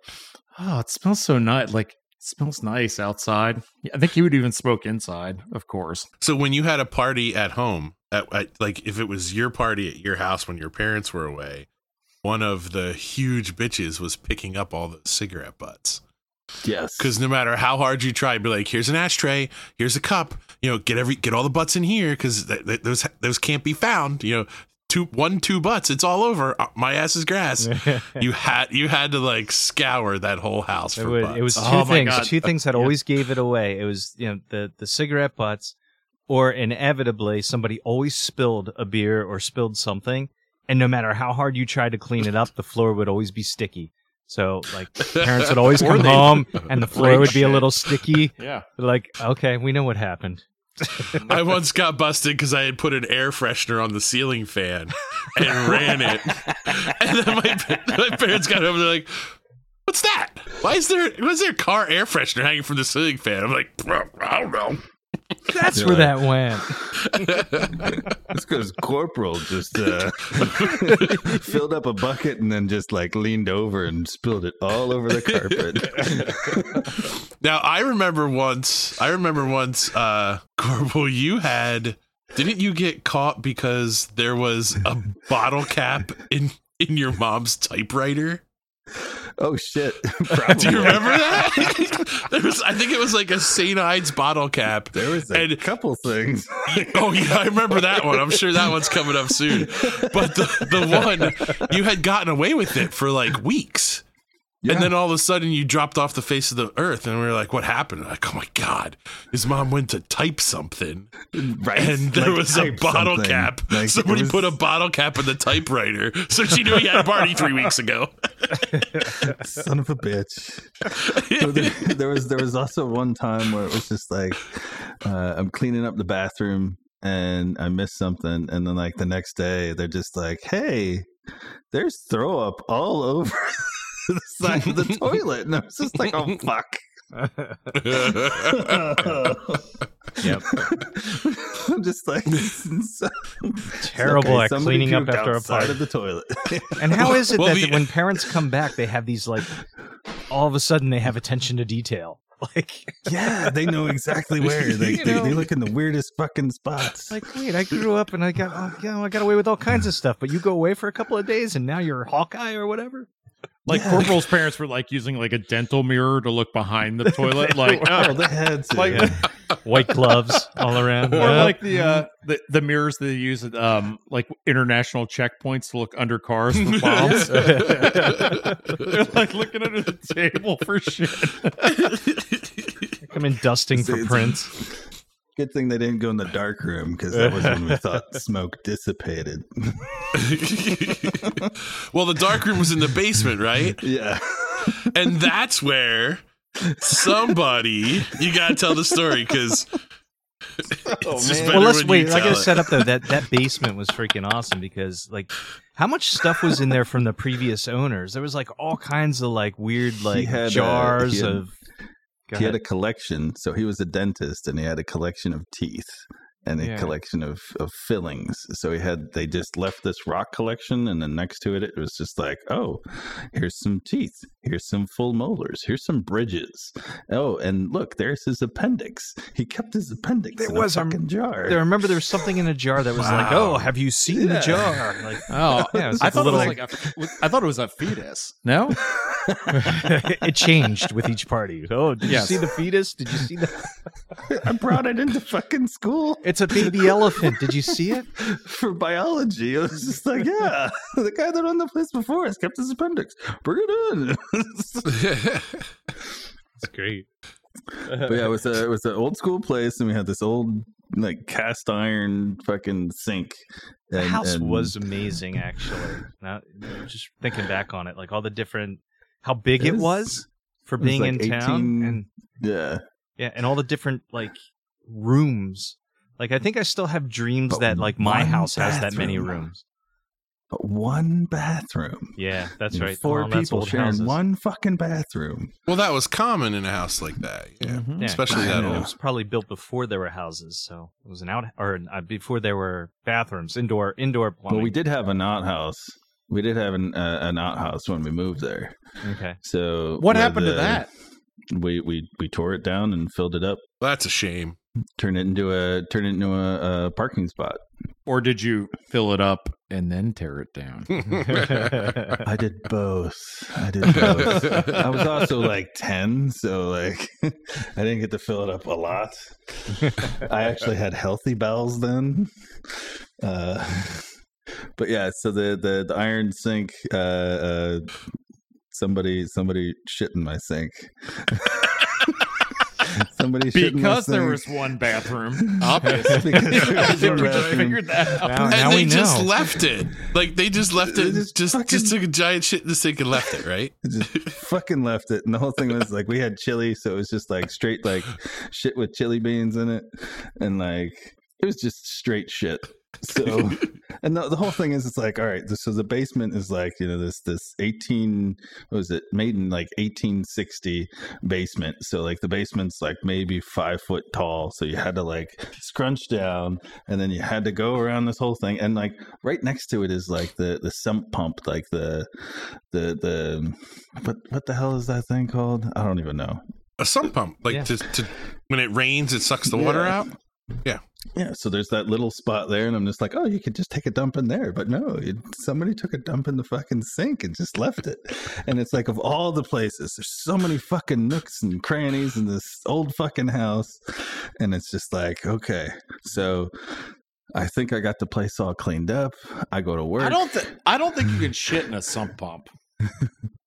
[SPEAKER 6] "Oh, it smells so nice. Like it smells nice outside." Yeah, I think he would even smoke inside, of course.
[SPEAKER 2] So when you had a party at home, at, at- like if it was your party at your house when your parents were away, one of the huge bitches was picking up all the cigarette butts.
[SPEAKER 3] Yes.
[SPEAKER 2] Because no matter how hard you try, be like, here's an ashtray, here's a cup, you know, get every get all the butts in here because th- th- those those can't be found. You know, two one two butts, it's all over. Uh, My ass is grass. you had you had to like scour that whole house
[SPEAKER 4] It,
[SPEAKER 2] for
[SPEAKER 4] would,
[SPEAKER 2] butts.
[SPEAKER 4] it was two
[SPEAKER 6] Oh my
[SPEAKER 4] things.
[SPEAKER 6] God.
[SPEAKER 4] Two things that always gave it away. It was you know the the cigarette butts, or inevitably somebody always spilled a beer or spilled something, and no matter how hard you tried to clean it up, the floor would always be sticky. So like parents would always come home, and the floor
[SPEAKER 6] Great
[SPEAKER 4] would be a
[SPEAKER 6] shit.
[SPEAKER 4] little sticky.
[SPEAKER 6] Yeah,
[SPEAKER 4] Like okay, we know what happened.
[SPEAKER 2] I once got busted because I had put an air freshener on the ceiling fan and ran it. And then my, pa- my parents got over. They're like, "What's that? Why is there? Why is there car air freshener hanging from the ceiling fan?" I'm like, "Well, "I don't know."
[SPEAKER 4] That's where that went.
[SPEAKER 3] That's because Corporal just uh, filled up a bucket and then just like leaned over and spilled it all over the carpet.
[SPEAKER 2] Now I remember once. I remember once. Uh, Corbel, you had. Didn't you get caught because there was a bottle cap in in your mom's typewriter?
[SPEAKER 3] oh shit!
[SPEAKER 2] Do you remember that? there was, I think it was like a St. Ides bottle cap.
[SPEAKER 3] There was a
[SPEAKER 2] And-
[SPEAKER 3] couple things.
[SPEAKER 2] Oh yeah, I remember that one. I'm sure that one's coming up soon. But the the one you had gotten away with it for like weeks.
[SPEAKER 3] Yeah.
[SPEAKER 2] And then all of a sudden you dropped off the face of the earth and we were like, what happened? Like, oh my God, his mom went to type something
[SPEAKER 3] right.
[SPEAKER 2] and there
[SPEAKER 3] Like,
[SPEAKER 2] was a
[SPEAKER 3] type
[SPEAKER 2] bottle
[SPEAKER 3] something.
[SPEAKER 2] cap.
[SPEAKER 3] Like, it
[SPEAKER 2] Somebody
[SPEAKER 3] was-
[SPEAKER 2] put a bottle cap in the typewriter. So she knew he had a party three weeks ago.
[SPEAKER 3] Son of a bitch. So there, there was there was also one time where it was just like uh, I'm cleaning up the bathroom and I missed something, and then like the next day they're just like, "Hey, there's throw up all over the side of the toilet," and I was just like, "Oh fuck."
[SPEAKER 4] Yep.
[SPEAKER 3] I'm just like it's like,
[SPEAKER 4] Terrible at
[SPEAKER 3] somebody
[SPEAKER 4] cleaning up
[SPEAKER 3] puked
[SPEAKER 4] after a
[SPEAKER 3] outside
[SPEAKER 4] party.
[SPEAKER 3] of the toilet.
[SPEAKER 4] And how is it
[SPEAKER 2] Well,
[SPEAKER 4] that
[SPEAKER 2] the-
[SPEAKER 4] when parents come back, they have these like, all of a sudden they have attention to detail? Like,
[SPEAKER 3] yeah, they know exactly where. Like,
[SPEAKER 4] You
[SPEAKER 3] they,
[SPEAKER 4] know-
[SPEAKER 3] they look in the weirdest fucking spots.
[SPEAKER 4] like wait, I grew up and I got, oh, yeah, I got away with all kinds of stuff, but you go away for a couple of days and now you're Hawkeye or whatever.
[SPEAKER 6] Like Corporal's parents were like using like a dental mirror to look behind the toilet, like
[SPEAKER 3] oh,
[SPEAKER 6] uh,
[SPEAKER 3] they had to.
[SPEAKER 6] like
[SPEAKER 4] Yeah. White gloves all around.
[SPEAKER 6] or
[SPEAKER 4] Yep.
[SPEAKER 6] like the uh the, the mirrors that they use at um like international checkpoints to look under cars for bombs. They're like looking under the table for shit.
[SPEAKER 4] Mm-hmm. come in dusting for
[SPEAKER 3] It's-
[SPEAKER 4] prints.
[SPEAKER 3] Good thing they didn't go in the dark room because that was when we thought smoke dissipated.
[SPEAKER 2] well, the dark room was in the basement, right?
[SPEAKER 3] yeah.
[SPEAKER 2] And that's where somebody you gotta tell the story because
[SPEAKER 4] Oh,
[SPEAKER 2] it's just better
[SPEAKER 4] well, let's
[SPEAKER 2] when
[SPEAKER 4] wait.
[SPEAKER 2] you
[SPEAKER 4] I
[SPEAKER 2] tell
[SPEAKER 4] gotta
[SPEAKER 2] it.
[SPEAKER 4] set up though that that basement was freaking awesome because like, how much stuff was in there from the previous owners? There was like all kinds of like weird like
[SPEAKER 3] had, uh, he
[SPEAKER 4] jars
[SPEAKER 3] had-
[SPEAKER 4] of. Go
[SPEAKER 3] he had
[SPEAKER 4] ahead.
[SPEAKER 3] a collection. So he was a dentist and he had a collection of teeth and a
[SPEAKER 4] Yeah.
[SPEAKER 3] collection of, of fillings. So he had, they just left this rock collection and then next to it, it was just like, oh, here's some teeth. Here's some full molars. Here's some bridges. Oh, and look, there's his appendix. He kept his appendix
[SPEAKER 4] There
[SPEAKER 3] in
[SPEAKER 4] was
[SPEAKER 3] a
[SPEAKER 4] a-
[SPEAKER 3] fucking jar.
[SPEAKER 4] I remember there was something in a jar that was like, "Oh, have you seen the
[SPEAKER 3] Yeah.
[SPEAKER 4] jar?" Like,
[SPEAKER 6] Oh,
[SPEAKER 4] yeah, it was
[SPEAKER 6] I
[SPEAKER 4] like a
[SPEAKER 6] thought it
[SPEAKER 4] little,
[SPEAKER 6] was like a, I thought it was a fetus. No,
[SPEAKER 4] it changed with each party. Oh, did
[SPEAKER 6] Yes.
[SPEAKER 4] you see the fetus? Did you see the?
[SPEAKER 3] I brought it into fucking school.
[SPEAKER 4] It's a baby elephant. Did you see it?
[SPEAKER 3] for biology. It was just like, yeah, the guy that owned the place before has kept his appendix. Bring it in.
[SPEAKER 4] It's great.
[SPEAKER 3] but yeah, it was a it was an old school place, and we had this old like cast iron fucking sink.
[SPEAKER 4] The
[SPEAKER 3] And-
[SPEAKER 4] house
[SPEAKER 3] and-
[SPEAKER 4] was amazing, actually. Now, just thinking back on it, like all the different, how big
[SPEAKER 3] It
[SPEAKER 4] it
[SPEAKER 3] was-
[SPEAKER 4] was for
[SPEAKER 3] it was
[SPEAKER 4] being
[SPEAKER 3] like
[SPEAKER 4] in town,
[SPEAKER 3] 18
[SPEAKER 4] and
[SPEAKER 3] yeah.
[SPEAKER 4] Yeah, and all the different like rooms. Like I think I still have dreams
[SPEAKER 3] But
[SPEAKER 4] that like my
[SPEAKER 3] one
[SPEAKER 4] house has that many
[SPEAKER 3] bathroom.
[SPEAKER 4] rooms.
[SPEAKER 3] But one bathroom.
[SPEAKER 4] Yeah, that's
[SPEAKER 3] And
[SPEAKER 4] right.
[SPEAKER 3] Four
[SPEAKER 4] Oh, that's
[SPEAKER 3] people
[SPEAKER 4] old
[SPEAKER 3] sharing
[SPEAKER 4] houses.
[SPEAKER 3] one fucking bathroom.
[SPEAKER 2] well, that was common in a house like that. Yeah.
[SPEAKER 4] Yeah,
[SPEAKER 2] Especially
[SPEAKER 4] I
[SPEAKER 2] that
[SPEAKER 4] know.
[SPEAKER 2] old.
[SPEAKER 4] It was probably built before there were houses, so it was an out or uh, before there were bathrooms, indoor indoor plumbing.
[SPEAKER 3] Well, we did have an outhouse. We did have an uh, an outhouse when we moved there.
[SPEAKER 4] Okay.
[SPEAKER 3] So
[SPEAKER 6] what
[SPEAKER 3] where
[SPEAKER 6] happened to
[SPEAKER 3] the-
[SPEAKER 6] that?
[SPEAKER 3] We we we tore it down and filled it up.
[SPEAKER 2] Well, that's a shame.
[SPEAKER 3] Turn it into a turn it into a, a parking spot.
[SPEAKER 6] Or did you fill it up?
[SPEAKER 5] and then tear it down.
[SPEAKER 3] I did both. I did both. I was also like 10, so like I didn't get to fill it up a lot. I actually had healthy bowels then. Uh, but yeah, so the the, the iron sink uh, uh somebody somebody shit in my sink. somebody shit in my
[SPEAKER 6] Because there
[SPEAKER 3] sink.
[SPEAKER 6] was one bathroom. Obvious.
[SPEAKER 3] Because there
[SPEAKER 6] I
[SPEAKER 3] was
[SPEAKER 6] think
[SPEAKER 3] one
[SPEAKER 6] we just
[SPEAKER 3] bathroom.
[SPEAKER 6] figured that out.
[SPEAKER 4] Now,
[SPEAKER 2] and
[SPEAKER 4] now
[SPEAKER 2] they
[SPEAKER 4] we know.
[SPEAKER 2] just left it. Like they just left
[SPEAKER 3] They
[SPEAKER 2] it.
[SPEAKER 3] just
[SPEAKER 2] Just just,
[SPEAKER 3] fucking-
[SPEAKER 2] took a giant shit in the sink and left it. Right.
[SPEAKER 3] I just fucking left it and the whole thing was like we had chili so it was just like straight like shit with chili beans in it and like it was just straight shit so and the, the whole thing is it's like all right this, so the basement is like you know this this 18 what was it made in like 1860 basement so like the basement's like maybe five foot tall so you had to like scrunch down and then you had to go around this whole thing and like right next to it is like the the sump pump like the the the what what the hell is that thing called? I don't even know.
[SPEAKER 2] A sump pump. Like
[SPEAKER 4] Yeah.
[SPEAKER 2] to, to when it rains, it sucks the water
[SPEAKER 3] Yeah.
[SPEAKER 2] out.
[SPEAKER 3] Yeah, so there's that little spot there, and I'm just like, oh, you could just take a dump in there, but no, you, somebody took a dump in the fucking sink and just left it. And it's like, of all the places, there's so many fucking nooks and crannies in this old fucking house, and it's just like, okay, so I think I got the place all cleaned up. I go to work.
[SPEAKER 6] I don't. Th- I don't think you can shit in a sump pump.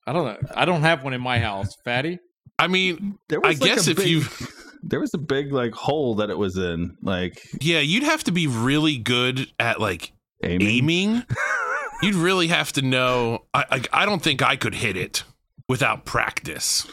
[SPEAKER 6] I don't. know. I don't have one in my house, Fatty.
[SPEAKER 2] I mean,
[SPEAKER 3] there
[SPEAKER 2] I guess if
[SPEAKER 3] big-
[SPEAKER 2] you
[SPEAKER 3] there was a big like hole that it was in, like
[SPEAKER 2] yeah, you'd have to be really good at like
[SPEAKER 3] Amy.
[SPEAKER 2] aiming You'd really have to know. I, I I don't think I could hit it without practice.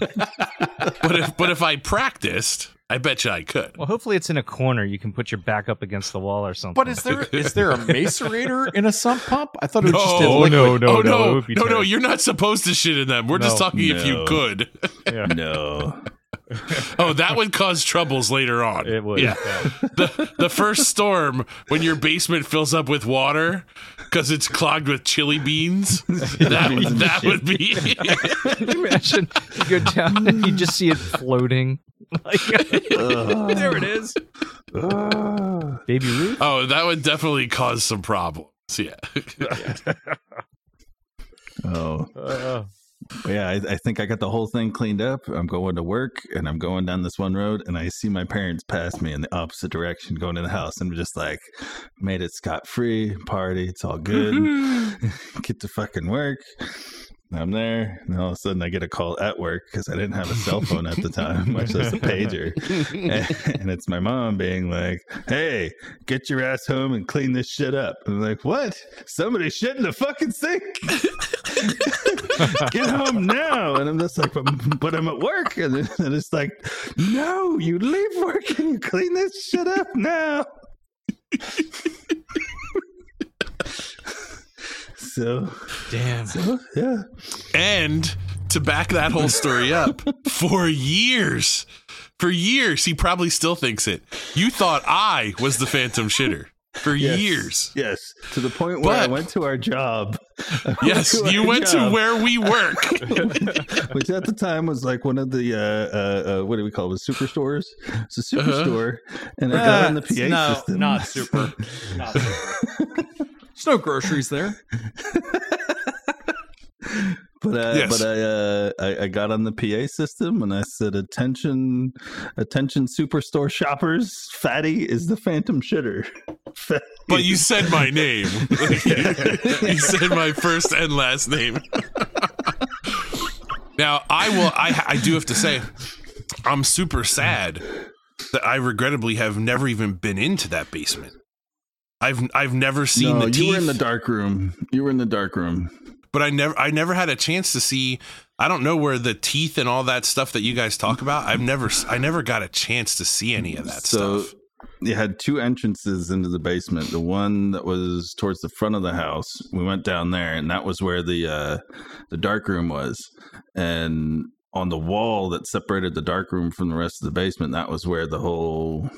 [SPEAKER 2] but if but if I practiced, I bet you I could.
[SPEAKER 4] Well, hopefully it's in a corner. You can put your back up against the wall or something.
[SPEAKER 6] But is there is there a macerator in a sump pump? I thought it was just a
[SPEAKER 2] No,
[SPEAKER 6] liquid.
[SPEAKER 4] no, no.
[SPEAKER 2] oh no,
[SPEAKER 4] it
[SPEAKER 2] no,
[SPEAKER 4] would be
[SPEAKER 2] no,
[SPEAKER 4] terrible.
[SPEAKER 2] You're not supposed to shit in them. We're just
[SPEAKER 4] No.
[SPEAKER 2] talking if you
[SPEAKER 3] No.
[SPEAKER 2] could.
[SPEAKER 4] yeah,
[SPEAKER 3] No.
[SPEAKER 2] Oh, that would cause troubles later on.
[SPEAKER 4] it would.
[SPEAKER 2] Yeah. the, the first storm when your basement fills up with water because it's clogged with chili beans. That, would- that would be.
[SPEAKER 4] Can you imagine you go down and you just see it floating? Like, there it is. Baby Ruth?
[SPEAKER 2] oh, that would definitely cause some problems. Yeah.
[SPEAKER 3] Oh. Yeah, I, I think I got the whole thing cleaned up. I'm going to work and I'm going down this one road and I see my parents pass me in the opposite direction going to the house. I'm just like, made it scot free, party, it's all good. get to fucking work. I'm there, and all of a sudden I get a call at work because I didn't have a cell phone at the time, much less a pager. And, and it's my mom being like, "Hey, get your ass home and clean this shit up." I'm like, "What? Somebody shit in the fucking sink? get home now!" And I'm just like, "But, but I'm at work," and, then- and it's like, "No, you leave work and you clean this shit up now." so
[SPEAKER 4] Damn.
[SPEAKER 3] so, yeah.
[SPEAKER 2] And to back that whole story up, for years, for years, he probably still thinks it. You thought I was the phantom shitter for
[SPEAKER 3] Yes.
[SPEAKER 2] years.
[SPEAKER 3] Yes. To the point where I
[SPEAKER 2] But-
[SPEAKER 3] went to our job. I
[SPEAKER 2] Yes,
[SPEAKER 3] to
[SPEAKER 2] you
[SPEAKER 3] our
[SPEAKER 2] went to
[SPEAKER 3] job,
[SPEAKER 2] where we work.
[SPEAKER 3] which at the time was like one of the uh, uh, uh, what do we call it? Was superstores? It's a superstore, and I got on the PA
[SPEAKER 6] no,
[SPEAKER 3] system.
[SPEAKER 6] not super. Not super. There's no groceries there.
[SPEAKER 3] But uh,
[SPEAKER 2] Yes.
[SPEAKER 3] but I, uh, I I got on the PA system and I said, "Attention, attention, superstore shoppers! Fatty is the phantom shitter." Fatty
[SPEAKER 2] But you said my name. you said my first and last name. now I will. I I do have to say, I'm super sad that I regrettably have never even been into that basement. I've I've never seen
[SPEAKER 3] no,
[SPEAKER 2] the
[SPEAKER 3] you
[SPEAKER 2] teeth,
[SPEAKER 3] were in the dark room. You were in the dark room.
[SPEAKER 2] but I never I never had a chance to see. I don't know where the teeth and all that stuff that you guys talk about. I've never s- I never got a chance to see any of that
[SPEAKER 3] so
[SPEAKER 2] stuff.
[SPEAKER 3] you had two entrances into the basement. The one that was towards the front of the house, we went down there, and that was where the uh, the dark room was. And on the wall that separated the dark room from the rest of the basement, that was where the whole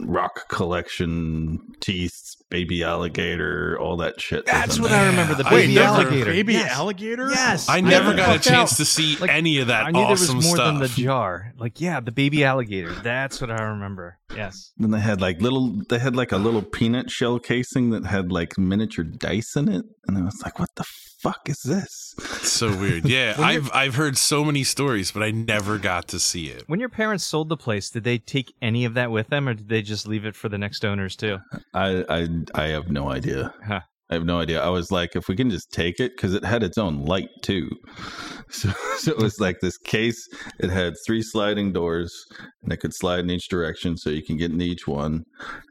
[SPEAKER 3] rock collection, teeth, baby alligator, all that shit. was
[SPEAKER 4] That's
[SPEAKER 3] in
[SPEAKER 4] what
[SPEAKER 3] there.
[SPEAKER 4] I remember. The
[SPEAKER 2] I
[SPEAKER 4] baby
[SPEAKER 2] never-
[SPEAKER 4] alligator.
[SPEAKER 6] Baby
[SPEAKER 4] Yes.
[SPEAKER 6] alligator?
[SPEAKER 4] Yes.
[SPEAKER 2] I never
[SPEAKER 3] Yeah.
[SPEAKER 2] got a
[SPEAKER 4] Fucked
[SPEAKER 2] chance
[SPEAKER 4] out.
[SPEAKER 2] to see
[SPEAKER 4] Like,
[SPEAKER 2] any of that
[SPEAKER 4] I knew there was
[SPEAKER 2] awesome
[SPEAKER 4] more
[SPEAKER 2] stuff.
[SPEAKER 4] than the jar. Like, yeah, the baby alligator. That's what I remember. Yes.
[SPEAKER 3] Then they had like little, they had like a little peanut shell casing that had like miniature dice in it, and I was like, "What the fuck is this?"
[SPEAKER 2] so weird. Yeah, I've I've heard so many stories, but I never got to see it.
[SPEAKER 4] When your parents sold the place, did they take any of that with them, or did they just leave it for the next owners too?
[SPEAKER 3] I I I have no idea.
[SPEAKER 4] Huh.
[SPEAKER 3] I have no idea. I was like, if we can just take it, because it had its own light too. So, so it was like this case. It had three sliding doors, and it could slide in each direction, so you can get in each one.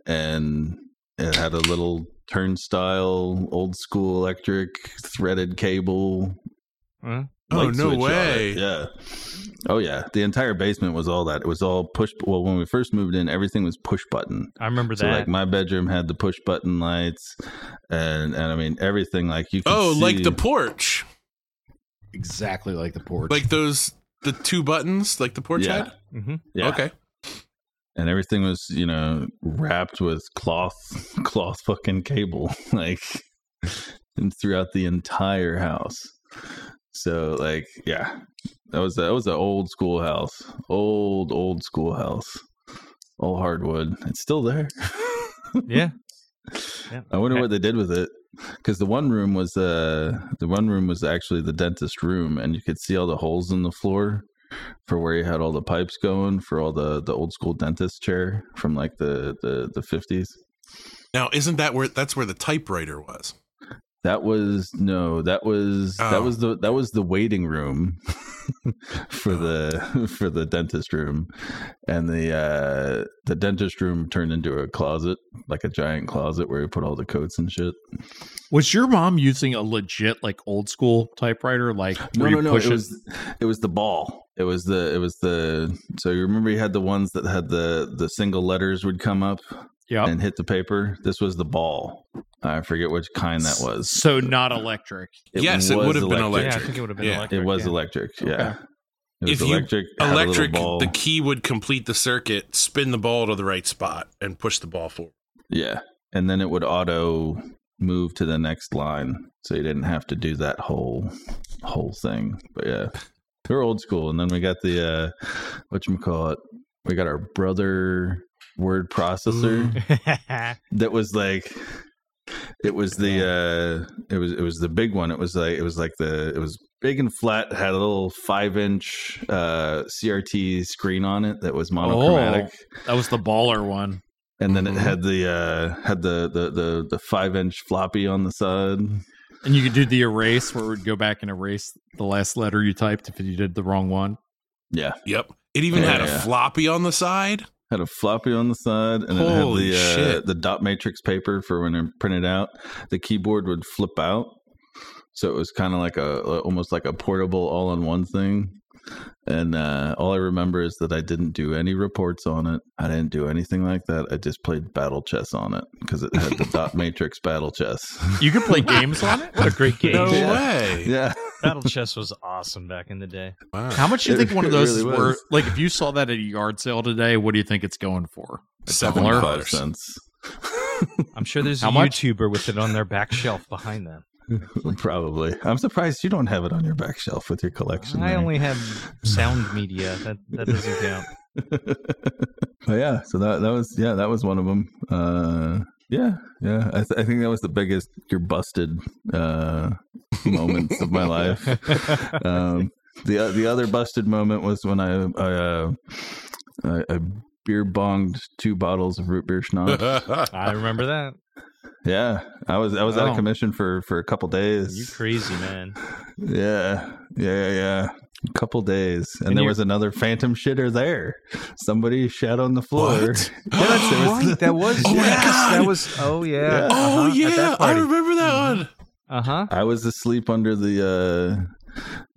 [SPEAKER 3] And it had a little turnstile, old school electric threaded cable.
[SPEAKER 4] Huh?
[SPEAKER 2] Oh,
[SPEAKER 3] light
[SPEAKER 2] no
[SPEAKER 3] switch on it.
[SPEAKER 2] way.
[SPEAKER 3] Yeah. Oh yeah. The entire basement was all that. It was all push. Well, when we first moved in, everything was push button.
[SPEAKER 4] I remember
[SPEAKER 3] So
[SPEAKER 4] that.
[SPEAKER 3] like my bedroom had the push button lights, and and I mean everything like you. Could
[SPEAKER 2] Oh, like the
[SPEAKER 3] see-
[SPEAKER 2] porch,
[SPEAKER 5] Exactly like the porch.
[SPEAKER 2] like those the two buttons, like the porch
[SPEAKER 3] yeah,
[SPEAKER 2] had.
[SPEAKER 4] Mhm.
[SPEAKER 3] yeah.
[SPEAKER 2] Okay.
[SPEAKER 3] And everything was you know wrapped with cloth, cloth fucking cable, like and throughout the entire house. So like yeah, that was that was an old school house, old old school house, all hardwood. It's still there.
[SPEAKER 4] Yeah.
[SPEAKER 3] I wonder
[SPEAKER 4] Okay.
[SPEAKER 3] what they did with it because the one room was uh the one room was actually the dentist room, and you could see all the holes in the floor for where you had all the pipes going for all the the old school dentist chair from like the the the fifties.
[SPEAKER 2] Now, isn't that where that's where the typewriter was?
[SPEAKER 3] That was no, that was
[SPEAKER 2] Oh.
[SPEAKER 3] that was the that was the waiting room for the for the dentist room. And the uh the dentist room turned into a closet, like a giant closet where we put all the coats and shit.
[SPEAKER 6] Was your mom using a legit, like old school typewriter? Like
[SPEAKER 3] No,
[SPEAKER 6] where you
[SPEAKER 3] no, no.
[SPEAKER 6] push
[SPEAKER 3] It was it was the ball. It was the it was the so you remember you had the ones that had the the single letters would come up
[SPEAKER 6] Yep.
[SPEAKER 3] and hit the paper. This was the ball. I forget which kind that was.
[SPEAKER 6] So not electric.
[SPEAKER 2] Yes, it
[SPEAKER 3] was
[SPEAKER 2] would have been
[SPEAKER 4] Yeah, I
[SPEAKER 2] electric.
[SPEAKER 4] think it would have been
[SPEAKER 2] Yeah.
[SPEAKER 4] electric.
[SPEAKER 3] It was
[SPEAKER 4] yeah.
[SPEAKER 3] electric. Yeah. It
[SPEAKER 6] Okay.
[SPEAKER 3] was
[SPEAKER 2] If you-
[SPEAKER 3] electric. had a little
[SPEAKER 2] Electric,
[SPEAKER 3] ball.
[SPEAKER 2] the key would complete the circuit, spin the ball to the right spot, and push the ball forward.
[SPEAKER 3] yeah, and then it would auto move to the next line, so you didn't have to do that whole whole thing. But yeah, we were old school, and then we got the uh, what you call it? We got our brother word processor. that was like it was the uh it was it was the big one it was like it was like the it was big and flat had a little five inch uh crt screen on it that was monochromatic
[SPEAKER 6] That was the baller one.
[SPEAKER 3] and then
[SPEAKER 2] Mhm.
[SPEAKER 3] it had the uh had the the the, the five inch floppy on the side
[SPEAKER 6] And you could do the erase where it would go back and erase the last letter you typed if you did the wrong one.
[SPEAKER 3] yeah
[SPEAKER 2] Yep. It even had a
[SPEAKER 3] Yeah.
[SPEAKER 2] floppy on the side.
[SPEAKER 3] had a floppy on the side and it had
[SPEAKER 2] Holy
[SPEAKER 3] the uh,
[SPEAKER 2] shit.
[SPEAKER 3] the dot matrix paper for when it printed out the keyboard would flip out so it was kind of like a almost like a portable all-in-one thing and uh, all i remember is that i didn't do any reports on it i didn't do anything like that i just played battle chess on it because it had the dot matrix battle chess
[SPEAKER 6] You could play games on it.
[SPEAKER 4] What a great game.
[SPEAKER 2] No
[SPEAKER 3] Yeah.
[SPEAKER 2] way.
[SPEAKER 3] yeah
[SPEAKER 4] Battle chess was awesome back in the day.
[SPEAKER 2] Wow.
[SPEAKER 6] How much do you think one of
[SPEAKER 3] It
[SPEAKER 6] those is
[SPEAKER 3] really was.
[SPEAKER 6] worth? Like if you saw that at a yard sale today, what do you think it's going for?
[SPEAKER 2] Seven
[SPEAKER 6] Dollar.
[SPEAKER 3] five
[SPEAKER 2] dollars.
[SPEAKER 3] cents
[SPEAKER 4] I'm sure there's
[SPEAKER 6] How
[SPEAKER 4] a
[SPEAKER 6] much?
[SPEAKER 4] YouTuber with it on their back shelf behind them.
[SPEAKER 3] probably i'm surprised you don't have it on your back shelf with your collection
[SPEAKER 4] I
[SPEAKER 3] there.
[SPEAKER 4] only have sound media. That that doesn't count.
[SPEAKER 3] but yeah, so that that was yeah, that was one of them. Uh, yeah, yeah, I, th- I think that was the biggest you're busted uh, moments of my life. Um, the the other busted moment was when I I, uh, I, I beer bonged two bottles of root beer schnapps.
[SPEAKER 4] I remember that.
[SPEAKER 3] yeah, I was I was out
[SPEAKER 6] Oh.
[SPEAKER 3] of commission for for a couple
[SPEAKER 4] You
[SPEAKER 3] days.
[SPEAKER 4] crazy man.
[SPEAKER 3] Yeah, yeah, yeah, yeah. A couple days, and,
[SPEAKER 4] And
[SPEAKER 3] there
[SPEAKER 4] you-
[SPEAKER 3] was another phantom shitter there. Somebody shat on the floor.
[SPEAKER 2] What?
[SPEAKER 3] Yes, there was-
[SPEAKER 4] That was
[SPEAKER 2] Oh my yes, God. that
[SPEAKER 4] was oh yeah. Uh-huh.
[SPEAKER 3] Yeah.
[SPEAKER 2] oh yeah, I remember that one
[SPEAKER 4] Uh huh.
[SPEAKER 3] I was asleep under the uh,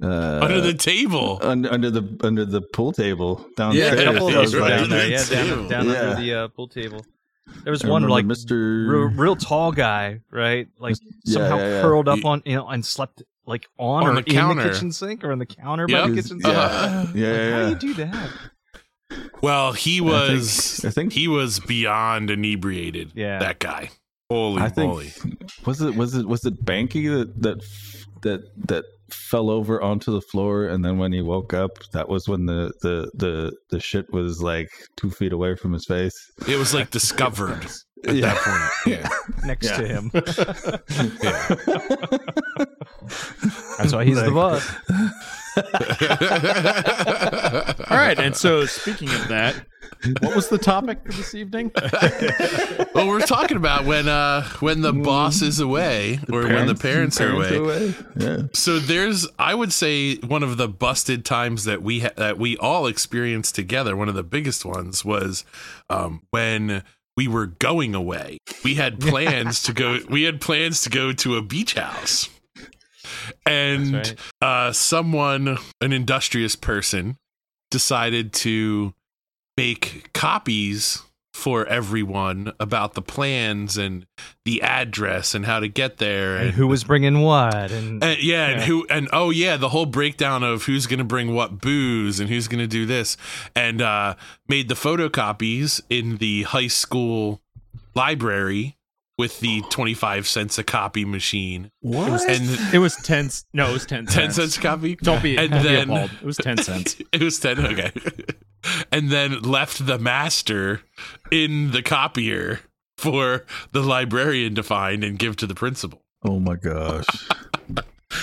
[SPEAKER 3] uh,
[SPEAKER 2] under the table.
[SPEAKER 3] un- under the under the pool table
[SPEAKER 2] Yeah,
[SPEAKER 3] downstairs.
[SPEAKER 2] a couple of those
[SPEAKER 3] I
[SPEAKER 2] were
[SPEAKER 3] was
[SPEAKER 4] down
[SPEAKER 3] like-
[SPEAKER 4] there, yeah,
[SPEAKER 2] Under the
[SPEAKER 4] down,
[SPEAKER 2] table.
[SPEAKER 4] down
[SPEAKER 3] Yeah.
[SPEAKER 4] under the uh, pool table. There was
[SPEAKER 3] I
[SPEAKER 4] one
[SPEAKER 3] remember
[SPEAKER 4] like real,
[SPEAKER 3] Mr.
[SPEAKER 4] real tall guy, right? Like
[SPEAKER 3] Mm. Yeah,
[SPEAKER 4] somehow
[SPEAKER 3] yeah, yeah.
[SPEAKER 4] curled up
[SPEAKER 2] You-
[SPEAKER 4] on you know and slept like on,
[SPEAKER 2] On
[SPEAKER 4] or
[SPEAKER 2] the
[SPEAKER 4] in
[SPEAKER 2] counter.
[SPEAKER 4] the kitchen sink or in the counter by
[SPEAKER 2] Yep.
[SPEAKER 4] the kitchen
[SPEAKER 3] Yeah,
[SPEAKER 2] Uh,
[SPEAKER 4] sink.
[SPEAKER 3] yeah, yeah,
[SPEAKER 4] How do
[SPEAKER 3] yeah.
[SPEAKER 4] you do that?
[SPEAKER 2] Well, he
[SPEAKER 3] I think-
[SPEAKER 2] was
[SPEAKER 3] I think-
[SPEAKER 2] he was beyond inebriated.
[SPEAKER 4] Yeah.
[SPEAKER 2] That guy. Holy
[SPEAKER 3] I think
[SPEAKER 2] moly.
[SPEAKER 3] was it was it was it Banky that that that that fell over onto the floor and then when he woke up that was when the the the the shit was like two feet away from his face
[SPEAKER 2] It was like discovered at
[SPEAKER 3] Yeah.
[SPEAKER 2] that point. Yeah.
[SPEAKER 4] Next
[SPEAKER 3] Yeah.
[SPEAKER 4] to him. That's why he's the
[SPEAKER 3] Like-
[SPEAKER 4] boss.
[SPEAKER 6] All right. And so speaking of that, what was the topic for this evening?
[SPEAKER 2] well, we're talking about when uh when
[SPEAKER 3] Mm-hmm.
[SPEAKER 2] the boss is away or when the parents, are away.
[SPEAKER 3] yeah
[SPEAKER 2] So there's I would say one of the busted times that we ha- that we all experienced together, one of the biggest ones was um when we were going away. We had plans to go we had plans to go to a beach house. And
[SPEAKER 4] That's right.
[SPEAKER 2] uh someone an industrious person decided to make copies for everyone about the plans and the address and how to get there
[SPEAKER 4] And who was bringing what? And
[SPEAKER 2] and, Uh, yeah, and
[SPEAKER 4] Yeah.
[SPEAKER 2] who and oh yeah, the whole breakdown of who's going to bring what booze and who's going to do this, and uh, made the photocopies in the high school library with the twenty five cents a copy machine
[SPEAKER 6] What?
[SPEAKER 2] and
[SPEAKER 6] It was ten. c- No, it was ten.
[SPEAKER 2] ten cents a copy.
[SPEAKER 6] Don't be,
[SPEAKER 2] And
[SPEAKER 6] don't be
[SPEAKER 2] then-
[SPEAKER 6] appalled. It was ten cents.
[SPEAKER 2] it was ten okay, and then left the master in the copier for the librarian to find and give to the principal.
[SPEAKER 3] oh my gosh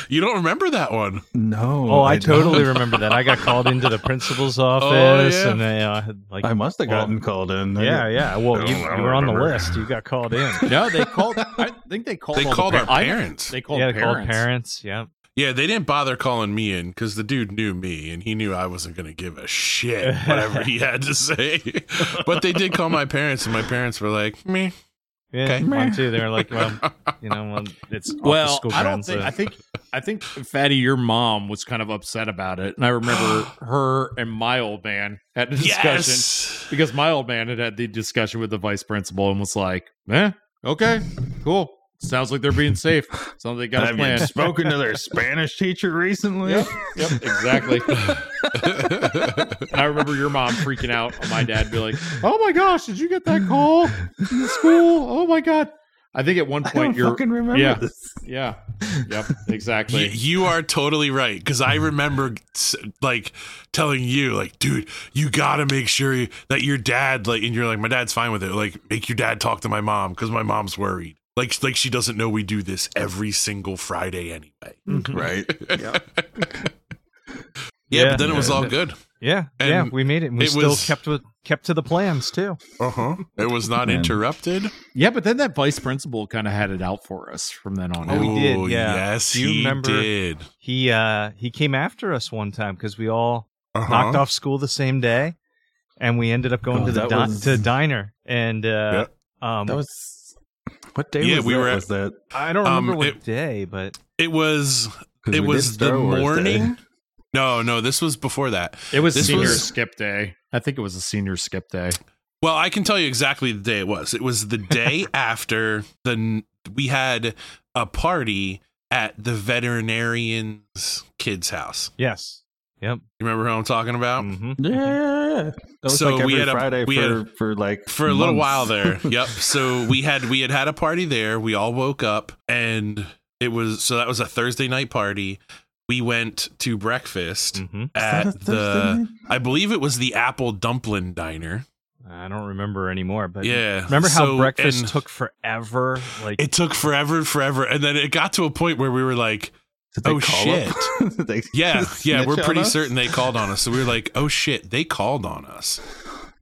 [SPEAKER 2] You don't remember that one?
[SPEAKER 3] No.
[SPEAKER 4] Oh, I,
[SPEAKER 3] don't.
[SPEAKER 4] totally remember that. I got called into the principal's office,
[SPEAKER 2] yeah.
[SPEAKER 4] and they, uh, had, like,
[SPEAKER 3] I must have gotten called in. I
[SPEAKER 4] yeah,
[SPEAKER 3] didn't-
[SPEAKER 4] yeah. Well, you,
[SPEAKER 2] I don't
[SPEAKER 4] you were on the
[SPEAKER 2] remember.
[SPEAKER 4] list. You got called in.
[SPEAKER 6] No, they called. I think they called.
[SPEAKER 2] They
[SPEAKER 6] all the
[SPEAKER 2] called our
[SPEAKER 6] par- I-
[SPEAKER 2] parents.
[SPEAKER 6] they called
[SPEAKER 4] yeah, they
[SPEAKER 6] parents.
[SPEAKER 4] called parents. Yeah.
[SPEAKER 2] Yeah, they didn't bother calling me in because the dude knew me and he knew I wasn't going to give a shit whatever he had to say. but they did call my parents, and my parents were like, "Me,
[SPEAKER 4] Yeah,
[SPEAKER 2] Okay.
[SPEAKER 4] mine too. They were like, well, you know, well, it's off the
[SPEAKER 6] Well,
[SPEAKER 4] school uh,
[SPEAKER 6] I don't
[SPEAKER 4] grounds,
[SPEAKER 6] think.
[SPEAKER 4] so-
[SPEAKER 6] I think. I think Fatty, your mom was kind of upset about it, and I remember her and my old man had a discussion
[SPEAKER 2] yes."
[SPEAKER 6] because my old man had had the discussion with the vice principal and was like, "Eh, okay, cool. Sounds like they're being safe. Sounds like they got a
[SPEAKER 3] Have you
[SPEAKER 6] plan."
[SPEAKER 3] spoken to their Spanish teacher recently?
[SPEAKER 6] Yep, yep, exactly. And I remember your mom freaking out on my dad, be like, "Oh my gosh, did you get that call from the school? Oh my god!" I think at one
[SPEAKER 3] I don't
[SPEAKER 6] point you're,
[SPEAKER 3] fucking remember
[SPEAKER 6] yeah.
[SPEAKER 3] this.
[SPEAKER 6] yeah, yep,
[SPEAKER 2] You,
[SPEAKER 6] exactly.
[SPEAKER 2] you are totally right because I remember s- like telling you, like, dude, you gotta make sure you, that your dad, like, and you're like, my dad's fine with it. Like, make your dad talk to my mom because my mom's worried. Like, like she doesn't know we do this every single Friday anyway, right? yeah,
[SPEAKER 4] Mm-hmm. Yeah.
[SPEAKER 2] but then it was all good.
[SPEAKER 4] yeah,
[SPEAKER 2] and
[SPEAKER 4] yeah. We made it. And we
[SPEAKER 2] it
[SPEAKER 4] still
[SPEAKER 2] was-
[SPEAKER 4] kept with kept to the plans too.
[SPEAKER 2] Uh
[SPEAKER 3] Uh-huh.
[SPEAKER 2] huh. It was not
[SPEAKER 3] Man.
[SPEAKER 2] interrupted.
[SPEAKER 6] yeah, but then that vice principal kind of had it out for us from then on.
[SPEAKER 4] Oh,
[SPEAKER 6] out.
[SPEAKER 4] we did,
[SPEAKER 2] Oh,
[SPEAKER 4] yeah.
[SPEAKER 2] Yes,
[SPEAKER 4] Do you
[SPEAKER 2] he
[SPEAKER 4] remember-
[SPEAKER 2] did.
[SPEAKER 4] He uh he came after us one time because we all
[SPEAKER 2] Uh-huh.
[SPEAKER 4] knocked off school the same day, and we ended up going
[SPEAKER 3] Oh,
[SPEAKER 4] to the
[SPEAKER 3] that
[SPEAKER 4] di-
[SPEAKER 3] was-
[SPEAKER 4] to diner. And uh, um,
[SPEAKER 3] That was what day
[SPEAKER 2] Yeah,
[SPEAKER 3] was
[SPEAKER 2] we
[SPEAKER 3] that?
[SPEAKER 2] were at-
[SPEAKER 3] was that?
[SPEAKER 4] I don't
[SPEAKER 2] um,
[SPEAKER 4] remember what
[SPEAKER 2] it-
[SPEAKER 4] day, but
[SPEAKER 2] It was.
[SPEAKER 3] 'Cause
[SPEAKER 2] It
[SPEAKER 3] we
[SPEAKER 2] was
[SPEAKER 3] did Star
[SPEAKER 2] the
[SPEAKER 3] Wars Day.
[SPEAKER 2] morning? No, no. This was before that.
[SPEAKER 6] It was
[SPEAKER 2] This
[SPEAKER 6] senior
[SPEAKER 2] was-
[SPEAKER 6] skip day. I think it was a senior skip day.
[SPEAKER 2] Well, I can tell you exactly the day it was. It was the day after the n- we had a party at the veterinarian's kid's house.
[SPEAKER 4] yes, yep.
[SPEAKER 2] You remember who I'm talking about?
[SPEAKER 4] hmm
[SPEAKER 3] Yeah, yeah, yeah. That was
[SPEAKER 2] Mm-hmm. So
[SPEAKER 3] like every
[SPEAKER 2] we had a-
[SPEAKER 3] Friday
[SPEAKER 2] we had
[SPEAKER 3] for,
[SPEAKER 2] a-
[SPEAKER 3] for like
[SPEAKER 2] for a little
[SPEAKER 3] months.
[SPEAKER 2] while there. Yep. So we had we had had a party there. We all woke up and it was so that was a Thursday night party. We went to breakfast
[SPEAKER 4] hmm
[SPEAKER 3] Mm. Is that a
[SPEAKER 2] at
[SPEAKER 3] Thursday
[SPEAKER 2] the
[SPEAKER 3] night?
[SPEAKER 2] I believe it was the Apple Dumpling Diner.
[SPEAKER 4] I don't remember anymore, but
[SPEAKER 2] Yeah.
[SPEAKER 4] Remember how
[SPEAKER 2] So-
[SPEAKER 4] breakfast
[SPEAKER 2] and
[SPEAKER 4] took forever? Like
[SPEAKER 2] it took forever and forever and then it got to a point where we were like
[SPEAKER 3] Did they
[SPEAKER 2] Oh,
[SPEAKER 3] call up? Did they
[SPEAKER 2] Yeah, yeah,
[SPEAKER 3] snitch
[SPEAKER 2] we're
[SPEAKER 3] on
[SPEAKER 2] pretty
[SPEAKER 3] us?
[SPEAKER 2] certain they called on us. So we were like, oh shit, they called on us.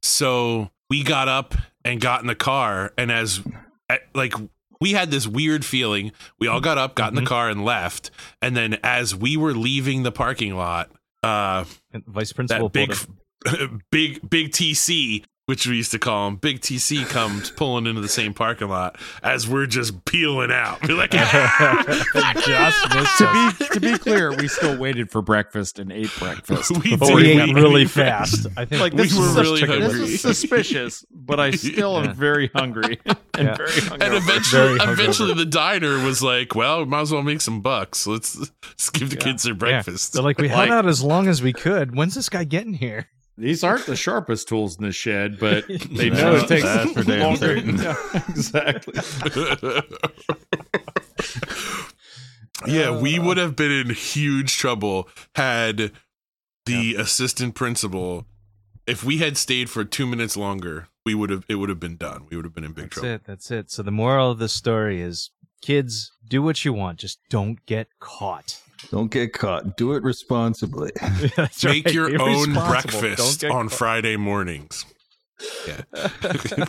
[SPEAKER 2] So we got up and got in the car, and as at- like we had this weird feeling, we all got up, got in
[SPEAKER 4] Mhm.
[SPEAKER 2] the car, and left. And then as we were leaving the parking lot, uh,
[SPEAKER 4] and vice principal
[SPEAKER 2] that big,
[SPEAKER 4] pulled
[SPEAKER 2] big, big TC. Which we used to call him Big TC comes pulling into the same parking lot as we're just peeling out. We're like, "Ah, fuck
[SPEAKER 4] Just
[SPEAKER 2] you!"
[SPEAKER 4] missed
[SPEAKER 6] to be to be clear, we still waited for breakfast and ate breakfast.
[SPEAKER 2] We
[SPEAKER 4] but
[SPEAKER 2] did.
[SPEAKER 4] we
[SPEAKER 2] We-
[SPEAKER 4] ate really
[SPEAKER 2] we-
[SPEAKER 4] fast. I think
[SPEAKER 6] Like
[SPEAKER 2] We
[SPEAKER 6] this
[SPEAKER 2] were
[SPEAKER 6] is
[SPEAKER 2] really
[SPEAKER 6] such a-
[SPEAKER 2] hungry.
[SPEAKER 6] This is suspicious, but I still
[SPEAKER 4] Yeah.
[SPEAKER 6] am very hungry and
[SPEAKER 4] Yeah.
[SPEAKER 6] very
[SPEAKER 2] And
[SPEAKER 6] hungry.
[SPEAKER 2] eventually,
[SPEAKER 4] Very hungover.
[SPEAKER 2] eventually, the diner was like, "Well, we might as well make some bucks. Let's, let's give the kids their breakfast."
[SPEAKER 4] They're like, we hung
[SPEAKER 6] Like-
[SPEAKER 4] out as long as we could. When's this guy getting here?
[SPEAKER 6] These aren't the sharpest tools in the shed, but they
[SPEAKER 3] That's-
[SPEAKER 6] know it takes
[SPEAKER 3] that's for damn
[SPEAKER 6] longer.
[SPEAKER 3] certain.
[SPEAKER 6] Yeah, exactly.
[SPEAKER 2] yeah, we
[SPEAKER 4] Uh.
[SPEAKER 2] would have been in huge trouble had the assistant principal, if we had stayed for two minutes longer, we would have. It would have been done. We would have been in big
[SPEAKER 4] That's
[SPEAKER 2] trouble.
[SPEAKER 4] it. That's it. So the moral of the story is, kids, do what you want. Just don't get caught.
[SPEAKER 3] Don't get caught. Do it responsibly.
[SPEAKER 4] That's
[SPEAKER 2] Make
[SPEAKER 4] right. Be
[SPEAKER 2] your own
[SPEAKER 4] responsible. Don't
[SPEAKER 2] breakfast
[SPEAKER 4] get
[SPEAKER 2] on
[SPEAKER 4] caught.
[SPEAKER 2] Friday mornings.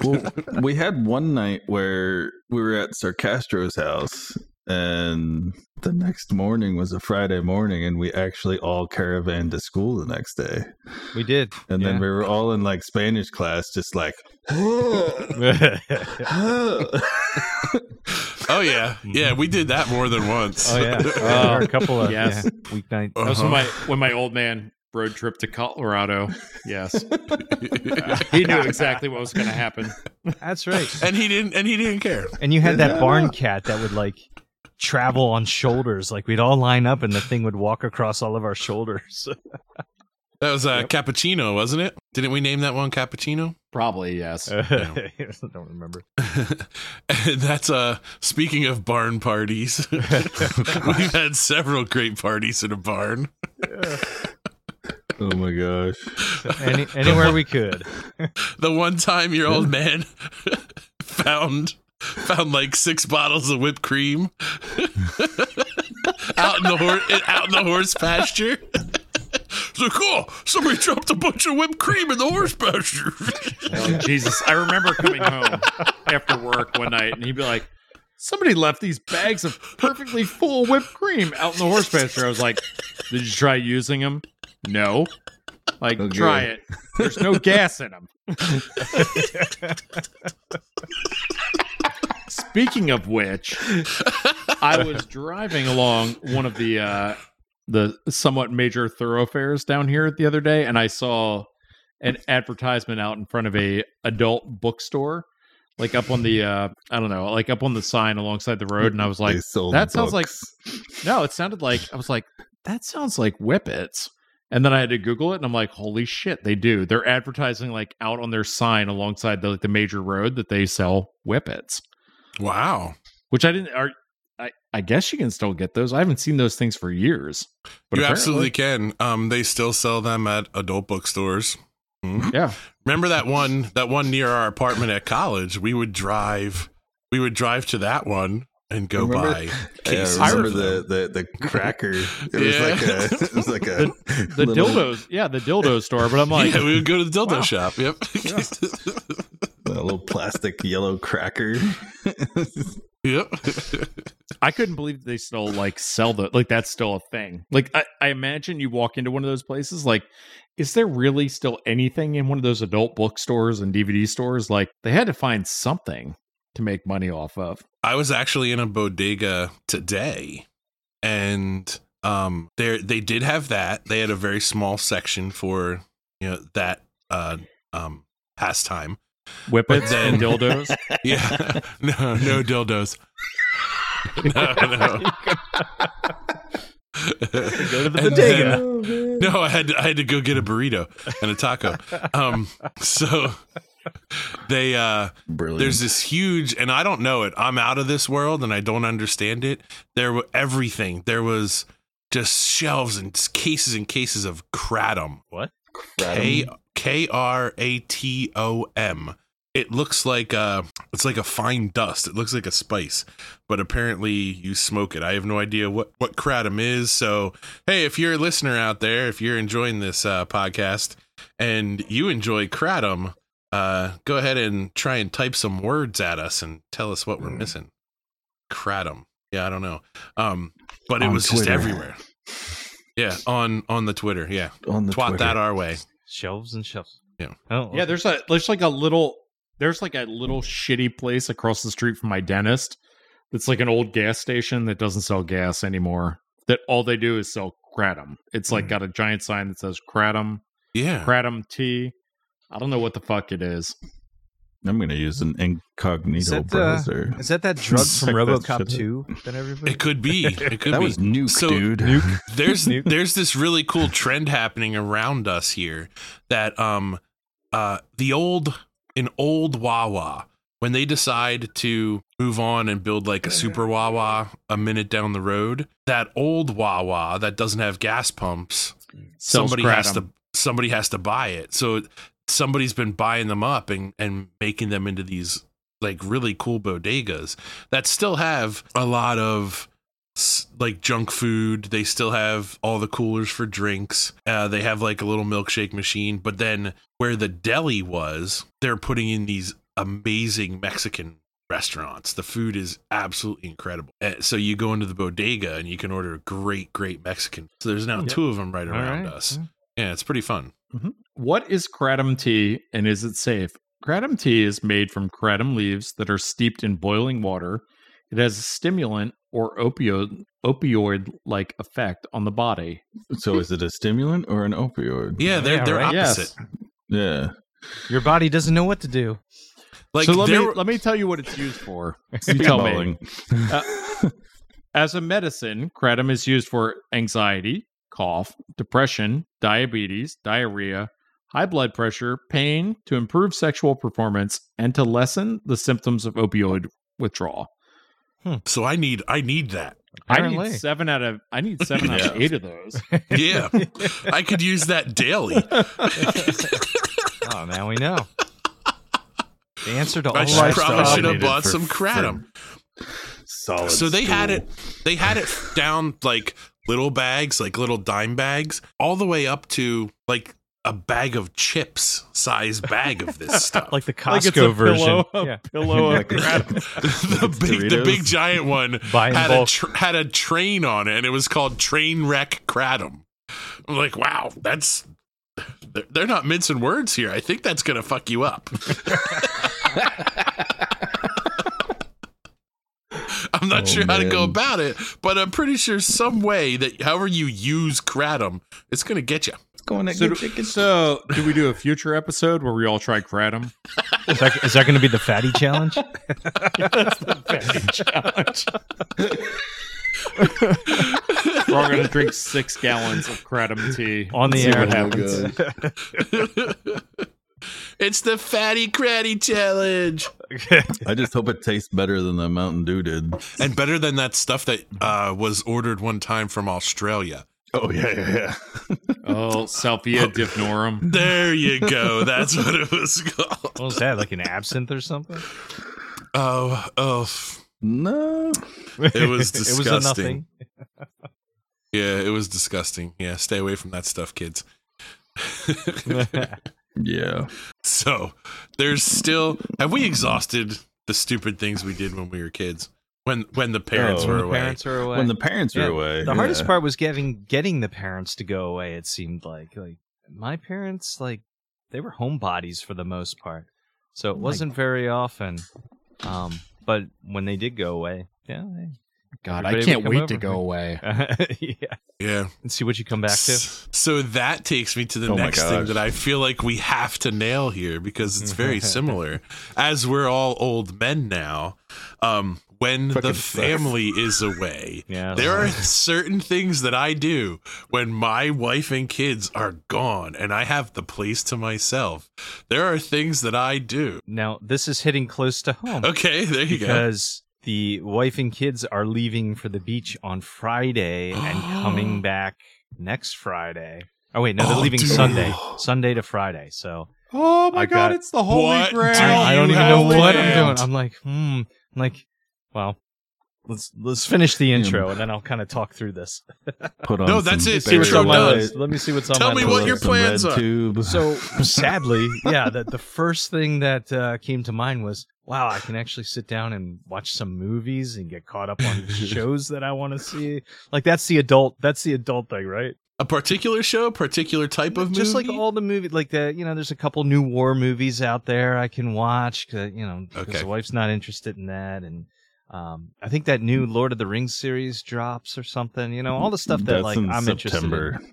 [SPEAKER 3] well, we had one night where we were at Sarcastro's house, and the next morning was a Friday morning, and we actually all caravaned to school the next day.
[SPEAKER 4] We did.
[SPEAKER 3] And then we were all in like Spanish class, just like,
[SPEAKER 4] oh
[SPEAKER 2] Oh yeah, yeah, we did that more than once.
[SPEAKER 4] yeah,
[SPEAKER 6] Oh,
[SPEAKER 4] There were a couple of
[SPEAKER 6] yes.
[SPEAKER 4] yeah, weeknight.
[SPEAKER 6] That was
[SPEAKER 2] Uh-huh.
[SPEAKER 6] when my when my old man road trip to Colorado. Yes, he knew exactly what was going to happen.
[SPEAKER 4] That's right.
[SPEAKER 2] and he didn't and he didn't care
[SPEAKER 4] And you had
[SPEAKER 3] Yeah.
[SPEAKER 4] that barn cat that would like travel on shoulders. Like we'd all line up and the thing would walk across all of our shoulders.
[SPEAKER 2] that was uh cappuccino wasn't it didn't we name that one cappuccino
[SPEAKER 6] Probably yes.
[SPEAKER 4] I don't remember.
[SPEAKER 2] And that's uh speaking of barn parties we've had several great parties in a barn
[SPEAKER 3] oh my gosh.
[SPEAKER 4] Any, anywhere we could.
[SPEAKER 2] the one time your old man found found like six bottles of whipped cream out in the horse out in the horse pasture. It's like, oh, somebody dropped a bunch of whipped cream in the horse pasture.
[SPEAKER 6] Oh, Jesus. I remember coming home after work one night and he'd be like, Somebody left these bags of perfectly full whipped cream out in the horse pasture. I was like, Did you try using them? No. Like,
[SPEAKER 3] No
[SPEAKER 6] try
[SPEAKER 3] good.
[SPEAKER 6] it. There's no gas in them. Speaking of which, I was driving along one of the uh, the somewhat major thoroughfares down here the other day, and I saw an advertisement out in front of a adult bookstore, like up on the uh, I don't know, like up on the sign alongside the road, and I was like,
[SPEAKER 3] They sold
[SPEAKER 6] that sounds like-
[SPEAKER 3] books.
[SPEAKER 6] no, it sounded like I was like, that sounds like whippets. And then I had to Google it, and I'm like, holy shit, they do. They're advertising like out on their sign alongside the like the major road that they sell whippets,
[SPEAKER 2] wow.
[SPEAKER 6] which I didn't. Are I, I guess you can still get those. I haven't seen those things for years.
[SPEAKER 2] you
[SPEAKER 6] apparently-
[SPEAKER 2] absolutely can. Um, they still sell them at adult bookstores. Hmm.
[SPEAKER 6] yeah.
[SPEAKER 2] Remember that one that one near our apartment at college? We would drive we would drive to that one and go
[SPEAKER 3] Remember-
[SPEAKER 2] buy
[SPEAKER 3] Yeah,
[SPEAKER 2] cases.
[SPEAKER 3] I remember
[SPEAKER 2] of
[SPEAKER 3] the,
[SPEAKER 2] them.
[SPEAKER 3] the the cracker. It was
[SPEAKER 2] Yeah.
[SPEAKER 3] like a it was like a
[SPEAKER 6] The
[SPEAKER 3] little-
[SPEAKER 6] dildos, yeah, the dildo store. But I'm like,
[SPEAKER 2] yeah, we would go to the dildo
[SPEAKER 6] Wow.
[SPEAKER 2] shop. Yep.
[SPEAKER 3] a little plastic yellow cracker.
[SPEAKER 2] yep.
[SPEAKER 6] I couldn't believe they still like sell the like that's still a thing. Like I, I imagine you walk into one of those places, like, is there really still anything in one of those adult bookstores and DVD stores? Like they had to find something to make money off of.
[SPEAKER 2] I was actually in a bodega today and um there they did have that. They had a very small section for you know that uh um pastime.
[SPEAKER 6] Whippets
[SPEAKER 2] then-
[SPEAKER 6] and dildos.
[SPEAKER 2] Yeah. no, no dildos. No, no.
[SPEAKER 4] Go to the
[SPEAKER 2] And
[SPEAKER 4] bodega.
[SPEAKER 2] No, I had to, I had to go get a burrito and a taco. Um, so they uh,
[SPEAKER 3] Brilliant.
[SPEAKER 2] there's this huge, and I don't know it. I'm out of this world, and I don't understand it. There were everything. There was just shelves and cases and cases of kratom. K K R A T O M. It looks like uh it's like a fine dust. It looks like a spice, but apparently you smoke it. I have no idea what what kratom is. So hey, if you're a listener out there, if you're enjoying this uh, podcast and you enjoy kratom, uh, go ahead and try and type some words at us and tell us what we're missing. Kratom. Yeah, I don't know. Um, but it
[SPEAKER 5] On
[SPEAKER 2] was just
[SPEAKER 5] Twitter.
[SPEAKER 2] everywhere. Yeah, on on the Twitter. Yeah,
[SPEAKER 3] on the
[SPEAKER 2] twat
[SPEAKER 3] Twitter.
[SPEAKER 2] that our way.
[SPEAKER 4] Shelves and shelves.
[SPEAKER 2] Yeah.
[SPEAKER 4] Oh,
[SPEAKER 6] Yeah, there's a there's like a little there's like a little shitty place across the street from my dentist. That's like an old gas station that doesn't sell gas anymore. That all they do is sell kratom. It's
[SPEAKER 2] Hmm.
[SPEAKER 6] like got a giant sign that says kratom,
[SPEAKER 2] Yeah.
[SPEAKER 6] kratom tea. I don't know what the fuck it is.
[SPEAKER 3] I'm gonna use an
[SPEAKER 4] Is
[SPEAKER 3] incognito
[SPEAKER 4] that, uh,
[SPEAKER 3] browser.
[SPEAKER 4] Is that that drug from
[SPEAKER 3] Check that
[SPEAKER 4] RoboCop
[SPEAKER 3] shit out.
[SPEAKER 4] 2 that everybody?
[SPEAKER 2] It could be. It could
[SPEAKER 5] That
[SPEAKER 2] be.
[SPEAKER 5] was nuke,
[SPEAKER 2] So-
[SPEAKER 5] dude.
[SPEAKER 4] Nuke.
[SPEAKER 2] there's
[SPEAKER 4] Nuke.
[SPEAKER 2] there's this really cool trend happening around us here that um uh the old an old Wawa when they decide to move on and build like a super Wawa a minute down the road that old Wawa that doesn't have gas pumps
[SPEAKER 6] Sells
[SPEAKER 2] somebody
[SPEAKER 6] kratom.
[SPEAKER 2] has to somebody has to buy it so somebody's been buying them up and and making them into these like really cool bodegas that still have a lot of s- like junk food they still have all the coolers for drinks uh, they have like a little milkshake machine but then where the deli was they're putting in these amazing mexican restaurants the food is absolutely incredible Uh, so you go into the bodega and you can order great great mexican so there's now
[SPEAKER 4] Yep.
[SPEAKER 2] two of them right
[SPEAKER 4] All
[SPEAKER 2] around
[SPEAKER 4] right.
[SPEAKER 2] us yeah it's pretty fun
[SPEAKER 6] What is kratom tea and is it safe? Kratom tea is made from kratom leaves that are steeped in boiling water. It has a stimulant or opioid opioid like effect on the body.
[SPEAKER 3] so is it a stimulant or an opioid?
[SPEAKER 2] yeah they're,
[SPEAKER 4] Yeah,
[SPEAKER 2] they're
[SPEAKER 4] right?
[SPEAKER 6] Yes.
[SPEAKER 2] opposite
[SPEAKER 3] Yeah.
[SPEAKER 4] Your body doesn't know what to do.
[SPEAKER 2] like
[SPEAKER 6] so let me
[SPEAKER 2] they're-
[SPEAKER 6] let me tell you what it's used for.
[SPEAKER 3] It's
[SPEAKER 6] tell me. Uh,
[SPEAKER 3] balling.
[SPEAKER 6] As a medicine, kratom is used for anxiety, cough, depression, diabetes, diarrhea, high blood pressure, pain, to improve sexual performance, and to lessen the symptoms of opioid withdrawal.
[SPEAKER 2] so i need i need that
[SPEAKER 6] I
[SPEAKER 4] Apparently.
[SPEAKER 6] need seven out of I need seven out of eight of those.
[SPEAKER 2] yeah i could use that daily
[SPEAKER 4] Oh, now we know. The answer to all
[SPEAKER 2] I should,
[SPEAKER 4] lifestyle
[SPEAKER 2] probably should have
[SPEAKER 5] needed
[SPEAKER 2] bought
[SPEAKER 5] for-
[SPEAKER 2] some kratom.
[SPEAKER 5] for
[SPEAKER 3] solid.
[SPEAKER 2] so they had
[SPEAKER 3] stool.
[SPEAKER 2] it they had it down like little bags like little dime bags all the way up to like a bag of chips size bag of this stuff
[SPEAKER 4] like the Costco
[SPEAKER 6] Like it's a
[SPEAKER 4] version.
[SPEAKER 6] pillow, a
[SPEAKER 4] yeah.
[SPEAKER 6] pillow of
[SPEAKER 3] Like-
[SPEAKER 6] crap.
[SPEAKER 2] the big the
[SPEAKER 3] Doritos.
[SPEAKER 2] big giant one
[SPEAKER 4] Buy in
[SPEAKER 2] had a
[SPEAKER 4] bulk.
[SPEAKER 2] tr- had a train on it and it was called train wreck kratom i'm like wow that's they're- they're not mincing words here i think that's gonna fuck you up i'm not
[SPEAKER 3] Oh,
[SPEAKER 2] sure how to go
[SPEAKER 3] man.
[SPEAKER 2] about it but i'm pretty sure some way that however you use kratom it's gonna get you
[SPEAKER 3] It's going to get
[SPEAKER 6] So do,
[SPEAKER 3] chicken.
[SPEAKER 6] so do we do a future episode where we all try kratom?
[SPEAKER 4] Is that, is that going to be the fatty challenge?
[SPEAKER 6] We're all going to drink six gallons of kratom tea
[SPEAKER 4] On the
[SPEAKER 6] See what
[SPEAKER 4] air.
[SPEAKER 6] happens.
[SPEAKER 2] it's the fatty cratty challenge
[SPEAKER 3] I just hope it tastes better than the Mountain Dew did.
[SPEAKER 2] and better than that stuff that uh, was ordered one time from australia
[SPEAKER 3] Oh yeah, yeah, yeah.
[SPEAKER 6] Oh, Salvia divnorum.
[SPEAKER 2] There you go. That's what it was called.
[SPEAKER 4] What was that? Like an absinthe or something?
[SPEAKER 2] Oh, oh, f-
[SPEAKER 3] no,
[SPEAKER 2] it was
[SPEAKER 4] it
[SPEAKER 2] disgusting.
[SPEAKER 4] was a nothing.
[SPEAKER 2] Yeah, it was disgusting. Yeah, stay away from that stuff, kids.
[SPEAKER 3] yeah.
[SPEAKER 2] so, there's still. Have we exhausted the stupid things we did when we were kids? When when the parents
[SPEAKER 3] Oh.
[SPEAKER 2] were
[SPEAKER 3] When
[SPEAKER 4] The
[SPEAKER 2] away.
[SPEAKER 4] parents are away.
[SPEAKER 3] When the parents
[SPEAKER 4] Yeah,
[SPEAKER 3] are away,
[SPEAKER 4] the hardest
[SPEAKER 3] yeah.
[SPEAKER 4] part was getting getting the parents to go away. It seemed like like my parents like they were homebodies for the most part, so
[SPEAKER 5] Oh
[SPEAKER 4] it wasn't very often. Um, but when they did go away, yeah,
[SPEAKER 5] God,
[SPEAKER 4] Everybody
[SPEAKER 5] I can't
[SPEAKER 4] would come
[SPEAKER 5] wait
[SPEAKER 4] over.
[SPEAKER 5] to go away.
[SPEAKER 4] they- yeah,
[SPEAKER 2] yeah.
[SPEAKER 4] and see what you come back to.
[SPEAKER 2] S- So that takes me to the
[SPEAKER 3] Oh my
[SPEAKER 2] next thing
[SPEAKER 3] gosh.
[SPEAKER 2] that I feel like we have to nail here because it's very similar. As we're all old men now, um, when the
[SPEAKER 3] Fucking sucks.
[SPEAKER 2] family is away,
[SPEAKER 4] Yeah,
[SPEAKER 2] There are certain things that I do when my wife and kids are gone and I have the place to myself. There are things that I do.
[SPEAKER 4] now this is hitting close to home
[SPEAKER 2] Okay, there you go.
[SPEAKER 4] because. The wife and kids are leaving for the beach on Friday and coming back next Friday. Oh wait, no, they're
[SPEAKER 2] Oh,
[SPEAKER 4] leaving
[SPEAKER 2] dude.
[SPEAKER 4] Sunday, Sunday to Friday. So
[SPEAKER 6] Oh my
[SPEAKER 4] I
[SPEAKER 6] god,
[SPEAKER 4] got-
[SPEAKER 6] it's the holy
[SPEAKER 2] What
[SPEAKER 6] grail.
[SPEAKER 2] do
[SPEAKER 4] I, I don't
[SPEAKER 2] you
[SPEAKER 4] even
[SPEAKER 2] have
[SPEAKER 4] know what I'm
[SPEAKER 2] planned?
[SPEAKER 4] doing. I'm like, hmm. I'm like, well, let's let's finish the intro and then I'll kind of talk through this.
[SPEAKER 3] Put on
[SPEAKER 2] No, that's
[SPEAKER 3] some
[SPEAKER 2] it.
[SPEAKER 4] See what's
[SPEAKER 2] Sure
[SPEAKER 4] on my
[SPEAKER 2] does.
[SPEAKER 4] list. Let me see what's on
[SPEAKER 2] Tell
[SPEAKER 4] my
[SPEAKER 2] me
[SPEAKER 4] list.
[SPEAKER 2] what your
[SPEAKER 3] Some
[SPEAKER 2] plans
[SPEAKER 3] red
[SPEAKER 2] are.
[SPEAKER 3] Tube.
[SPEAKER 4] so sadly, yeah, the, the first thing that uh, came to mind was, wow, I can actually sit down and watch some movies and get caught up on shows that I want to see. Like that's the adult, that's the adult thing, right?
[SPEAKER 2] A particular show, particular type of
[SPEAKER 4] Just
[SPEAKER 2] movie?
[SPEAKER 4] like all the movie, like the you know, there's a couple new war movies out there I can watch. 'cause, you know, because
[SPEAKER 2] Okay.
[SPEAKER 4] the wife's not interested in that, and um, I think that new Lord of the Rings series drops or something. You know, all the stuff that
[SPEAKER 3] That's
[SPEAKER 4] like
[SPEAKER 3] in
[SPEAKER 4] I'm
[SPEAKER 3] September.
[SPEAKER 6] Oh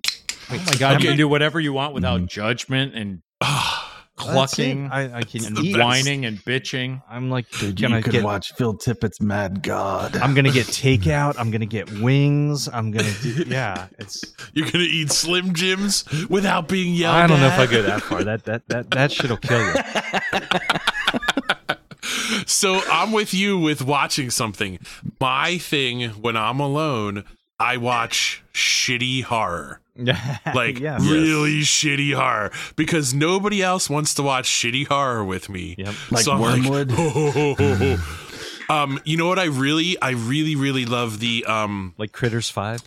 [SPEAKER 6] my god,
[SPEAKER 2] Okay.
[SPEAKER 6] you can do whatever you want without
[SPEAKER 4] Mm-hmm.
[SPEAKER 3] Mhm.
[SPEAKER 6] judgment and
[SPEAKER 2] Ah,
[SPEAKER 4] interested in.
[SPEAKER 6] clucking
[SPEAKER 4] I, I can
[SPEAKER 6] and
[SPEAKER 2] the
[SPEAKER 4] eat.
[SPEAKER 2] best.
[SPEAKER 6] whining and bitching.
[SPEAKER 4] I'm like,
[SPEAKER 3] Dude,
[SPEAKER 4] can
[SPEAKER 3] you
[SPEAKER 4] I
[SPEAKER 3] could
[SPEAKER 4] get?
[SPEAKER 3] watch Phil Tippett's Mad God.
[SPEAKER 4] I'm gonna get takeout. I'm gonna get wings. I'm gonna do. Yeah, it's.
[SPEAKER 2] you're going to eat Slim Jims without being yelled at?
[SPEAKER 4] I don't know if I go that far. That that that that shit'll kill you.
[SPEAKER 2] so I'm with you with watching something. My thing when I'm alone, I watch shitty horror. Like
[SPEAKER 4] yeah.
[SPEAKER 2] really shitty horror because nobody else wants to watch shitty horror with me.
[SPEAKER 4] Yep.
[SPEAKER 3] Like
[SPEAKER 2] I'm
[SPEAKER 3] Wormwood?
[SPEAKER 2] ho, ho, ho, ho, ho. um, you know what? I really, I really, really love the um.
[SPEAKER 4] Like Critters Five.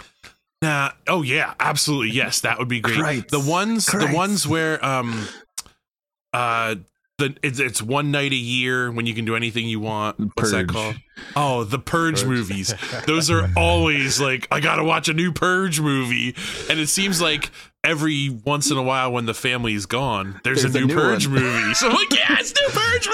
[SPEAKER 2] Nah, oh yeah, absolutely. Yes, that would be great.
[SPEAKER 3] Crites.
[SPEAKER 2] The ones, the
[SPEAKER 3] Crites.
[SPEAKER 2] ones where um, uh, the it's, it's one night a year when you can do anything you want. What's that
[SPEAKER 3] Purge.
[SPEAKER 2] called? Oh, the Purge, movies. Those are always like, I gotta watch a new Purge movie. And it seems like every once in a while when the family's gone, there's,
[SPEAKER 3] There's
[SPEAKER 2] a
[SPEAKER 3] a
[SPEAKER 2] new,
[SPEAKER 3] new
[SPEAKER 2] Purge
[SPEAKER 3] one.
[SPEAKER 2] movie. So I'm like, yeah, it's a new Purge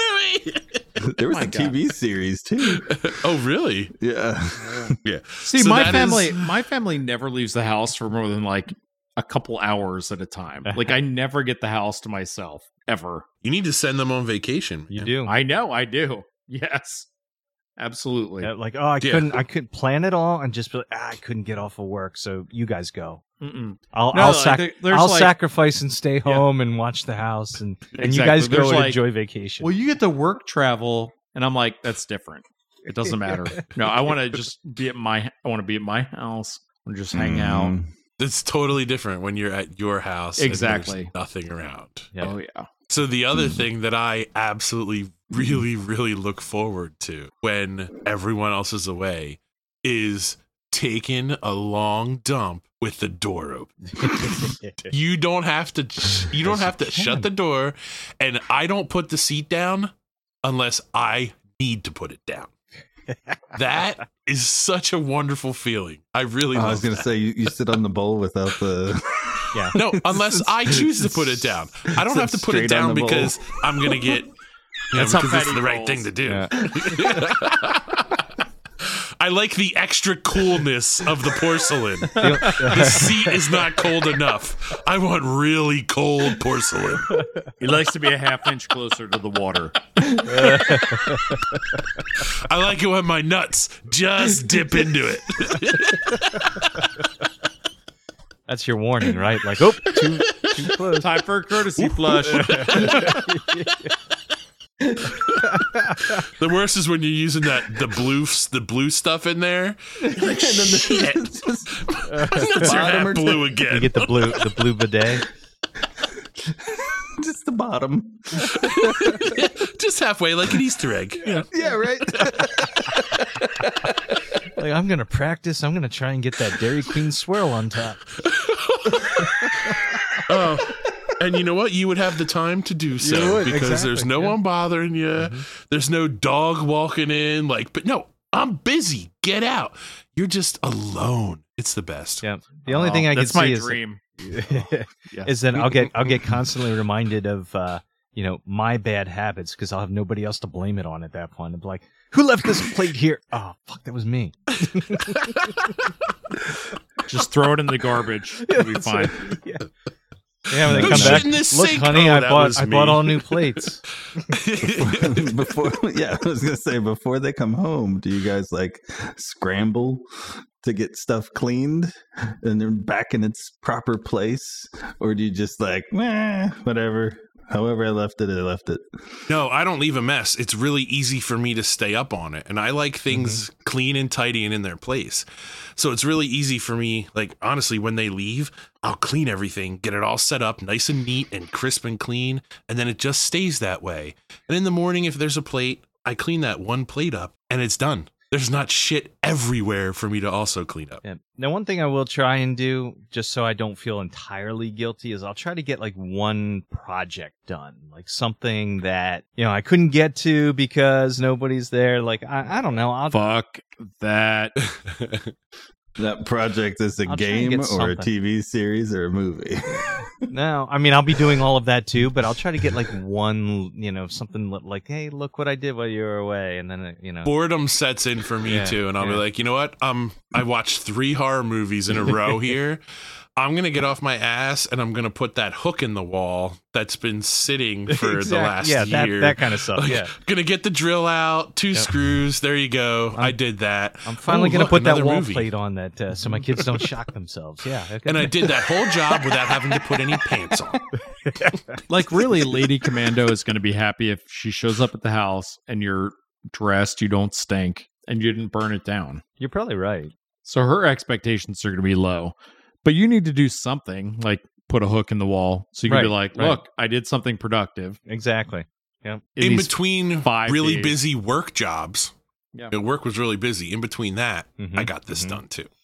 [SPEAKER 3] there was a TV series too.
[SPEAKER 2] movie. oh, really?
[SPEAKER 3] Yeah,
[SPEAKER 2] Yeah.
[SPEAKER 6] See,
[SPEAKER 2] So
[SPEAKER 6] my
[SPEAKER 2] that is-
[SPEAKER 6] family my family never leaves the house for more than like a couple hours at a time. Like I never get the house to myself ever.
[SPEAKER 2] You need to send them on vacation.
[SPEAKER 4] You
[SPEAKER 2] man.
[SPEAKER 4] do.
[SPEAKER 6] I know, I do. Yes. Absolutely.
[SPEAKER 4] Yeah, like oh, I
[SPEAKER 2] Yeah.
[SPEAKER 4] couldn't, I couldn't plan it all, and just be like, ah, I couldn't get off of work, so you guys go.
[SPEAKER 6] Mm-mm.
[SPEAKER 4] I'll,
[SPEAKER 6] No,
[SPEAKER 4] I'll,
[SPEAKER 6] like,
[SPEAKER 4] sac-
[SPEAKER 6] there- there's
[SPEAKER 4] I'll
[SPEAKER 6] like-
[SPEAKER 4] sacrifice and stay home and watch the house, and, and you
[SPEAKER 6] Exactly.
[SPEAKER 4] guys go
[SPEAKER 6] There's
[SPEAKER 4] and
[SPEAKER 6] like-
[SPEAKER 4] enjoy vacation.
[SPEAKER 6] Well, you get to work travel, and I'm like, that's different. It doesn't matter. No, I want to just be at my. I want to be at my house and just hang out.
[SPEAKER 2] It's totally different when you're at your house. and there's
[SPEAKER 6] Exactly.
[SPEAKER 4] Mm-hmm.
[SPEAKER 2] nothing around.
[SPEAKER 4] Yeah.
[SPEAKER 6] Oh yeah.
[SPEAKER 2] So the other
[SPEAKER 3] Mhm.
[SPEAKER 2] thing that I absolutely really, really look forward to when everyone else is away is taking a long dump with the door open. you don't have to you don't have to shut the door and I don't put the seat down unless I need to put it down. that is such a wonderful feeling. I really
[SPEAKER 3] Mm. Oh, I
[SPEAKER 2] love
[SPEAKER 3] was going to
[SPEAKER 2] that.
[SPEAKER 3] say you, you sit on the bowl without the.
[SPEAKER 2] No, unless I choose to put it down. I don't
[SPEAKER 3] Sit
[SPEAKER 2] have to put it
[SPEAKER 3] straight on
[SPEAKER 2] down
[SPEAKER 3] the bowl.
[SPEAKER 2] because I'm gonna get. Yeah,
[SPEAKER 6] That's how
[SPEAKER 2] because it's
[SPEAKER 6] Patty
[SPEAKER 2] the right
[SPEAKER 6] rolls.
[SPEAKER 2] thing to do. I like the extra coolness of the porcelain. the seat is not cold enough. I want really cold porcelain.
[SPEAKER 6] He likes to be a half inch closer to the water.
[SPEAKER 2] I like it when my nuts just dip into it.
[SPEAKER 4] That's your warning, right? Like, oh, too, too close.
[SPEAKER 6] Time for a courtesy flush.
[SPEAKER 2] The worst is when you're using that the blue the blue stuff in there. You're like, Shit, my nuts are
[SPEAKER 3] bottom or
[SPEAKER 2] half blue
[SPEAKER 4] You
[SPEAKER 2] again.
[SPEAKER 4] get the blue, the blue bidet.
[SPEAKER 3] Just the bottom.
[SPEAKER 2] just halfway, like an Easter egg.
[SPEAKER 3] Yeah, right.
[SPEAKER 4] Like, I'm gonna practice. I'm gonna try and get that Dairy Queen swirl on top.
[SPEAKER 2] Oh, and you know what? You would have the time to do so
[SPEAKER 5] would,
[SPEAKER 2] because there's
[SPEAKER 5] exactly,
[SPEAKER 2] no
[SPEAKER 5] yeah. Mm-hmm.
[SPEAKER 2] one bothering you. There's no dog walking in. Like, but no, I'm busy. Get out. You're just alone. It's the best.
[SPEAKER 4] Yeah. Oh, The only thing I can
[SPEAKER 6] That's
[SPEAKER 4] see
[SPEAKER 6] my
[SPEAKER 4] is
[SPEAKER 6] dream.
[SPEAKER 4] Oh,
[SPEAKER 5] Yeah.
[SPEAKER 4] is that I'll get I'll get constantly reminded of uh, you know my bad habits because I'll have nobody else to blame it on at that point. I'm like, who left this plate here? Oh fuck, that was me.
[SPEAKER 6] Just throw it in the garbage. It'll be fine.
[SPEAKER 4] yeah. Yeah, when they
[SPEAKER 2] No
[SPEAKER 4] come
[SPEAKER 2] shit
[SPEAKER 4] back,
[SPEAKER 2] in this
[SPEAKER 4] look,
[SPEAKER 2] sink.
[SPEAKER 4] honey,
[SPEAKER 2] Oh,
[SPEAKER 4] I
[SPEAKER 2] that
[SPEAKER 4] bought
[SPEAKER 2] was
[SPEAKER 4] I
[SPEAKER 2] me."
[SPEAKER 4] bought all new plates.
[SPEAKER 3] before, yeah, I was going to say before they come home, do you guys like scramble to get stuff cleaned and then back in its proper place, or do you just like, meh, whatever? However, I left it, I left it.
[SPEAKER 2] No, I don't leave a mess. It's really easy for me to stay up on it. And I like things clean and tidy and in their place. So it's really easy for me. Like, honestly, when they leave, I'll clean everything, get it all set up nice and neat and crisp and clean. And then it just stays that way. And in the morning, if there's a plate, I clean that one plate up and it's done. There's not shit everywhere for me to also clean up.
[SPEAKER 4] Yeah. Now, one thing I will try and do, just so I don't feel entirely guilty, is I'll try to get like one project done, like something that you know I couldn't get to because nobody's there. Like I, I don't know. I'll
[SPEAKER 6] Fuck that.
[SPEAKER 3] That project is a
[SPEAKER 4] I'll try
[SPEAKER 3] game
[SPEAKER 4] and get
[SPEAKER 3] or a
[SPEAKER 4] something.
[SPEAKER 3] TV series or a movie.
[SPEAKER 4] No, I mean I'll be doing all of that too, but I'll try to get like one, you know, something li- like, "Hey, look what I did while you were away," and then uh, you know,
[SPEAKER 2] Boredom sets in for me
[SPEAKER 4] Yeah,
[SPEAKER 2] too, and I'll be
[SPEAKER 4] yeah.
[SPEAKER 2] like, you know what? Um, I watched three horror movies in a row here. I'm gonna get off my ass and I'm gonna put that hook in the wall that's been sitting for the
[SPEAKER 4] Exact-
[SPEAKER 2] last
[SPEAKER 4] yeah, that,
[SPEAKER 2] year.
[SPEAKER 4] that kind of stuff.
[SPEAKER 2] Like,
[SPEAKER 4] yeah,
[SPEAKER 2] Gonna get the drill out, two screws. There you go. i did that.
[SPEAKER 4] I'm finally
[SPEAKER 2] Oh,
[SPEAKER 4] gonna
[SPEAKER 2] look,
[SPEAKER 4] put that
[SPEAKER 2] another
[SPEAKER 4] wall
[SPEAKER 2] movie.
[SPEAKER 4] plate on that uh, so my kids don't shock themselves. Yeah, okay.
[SPEAKER 2] And I did that whole job without having to put any pants on.
[SPEAKER 6] Like, really, Lady Commando is going to be happy if she shows up at the house and you're dressed, you don't stink, and you didn't burn it down.
[SPEAKER 4] you're probably right.
[SPEAKER 6] So her expectations are going to be low. But you need to do something like put a hook in the wall so you can be
[SPEAKER 4] Right,
[SPEAKER 6] like,
[SPEAKER 4] right.
[SPEAKER 6] look, I did something productive.
[SPEAKER 4] Exactly. Yeah.
[SPEAKER 2] in
[SPEAKER 6] these
[SPEAKER 2] between
[SPEAKER 6] five
[SPEAKER 2] really
[SPEAKER 6] days.
[SPEAKER 2] busy work jobs.
[SPEAKER 6] Yeah.
[SPEAKER 2] Yeah. Work was really busy. In between that,
[SPEAKER 4] Mhm.
[SPEAKER 2] I got this
[SPEAKER 4] Mhm.
[SPEAKER 2] done too.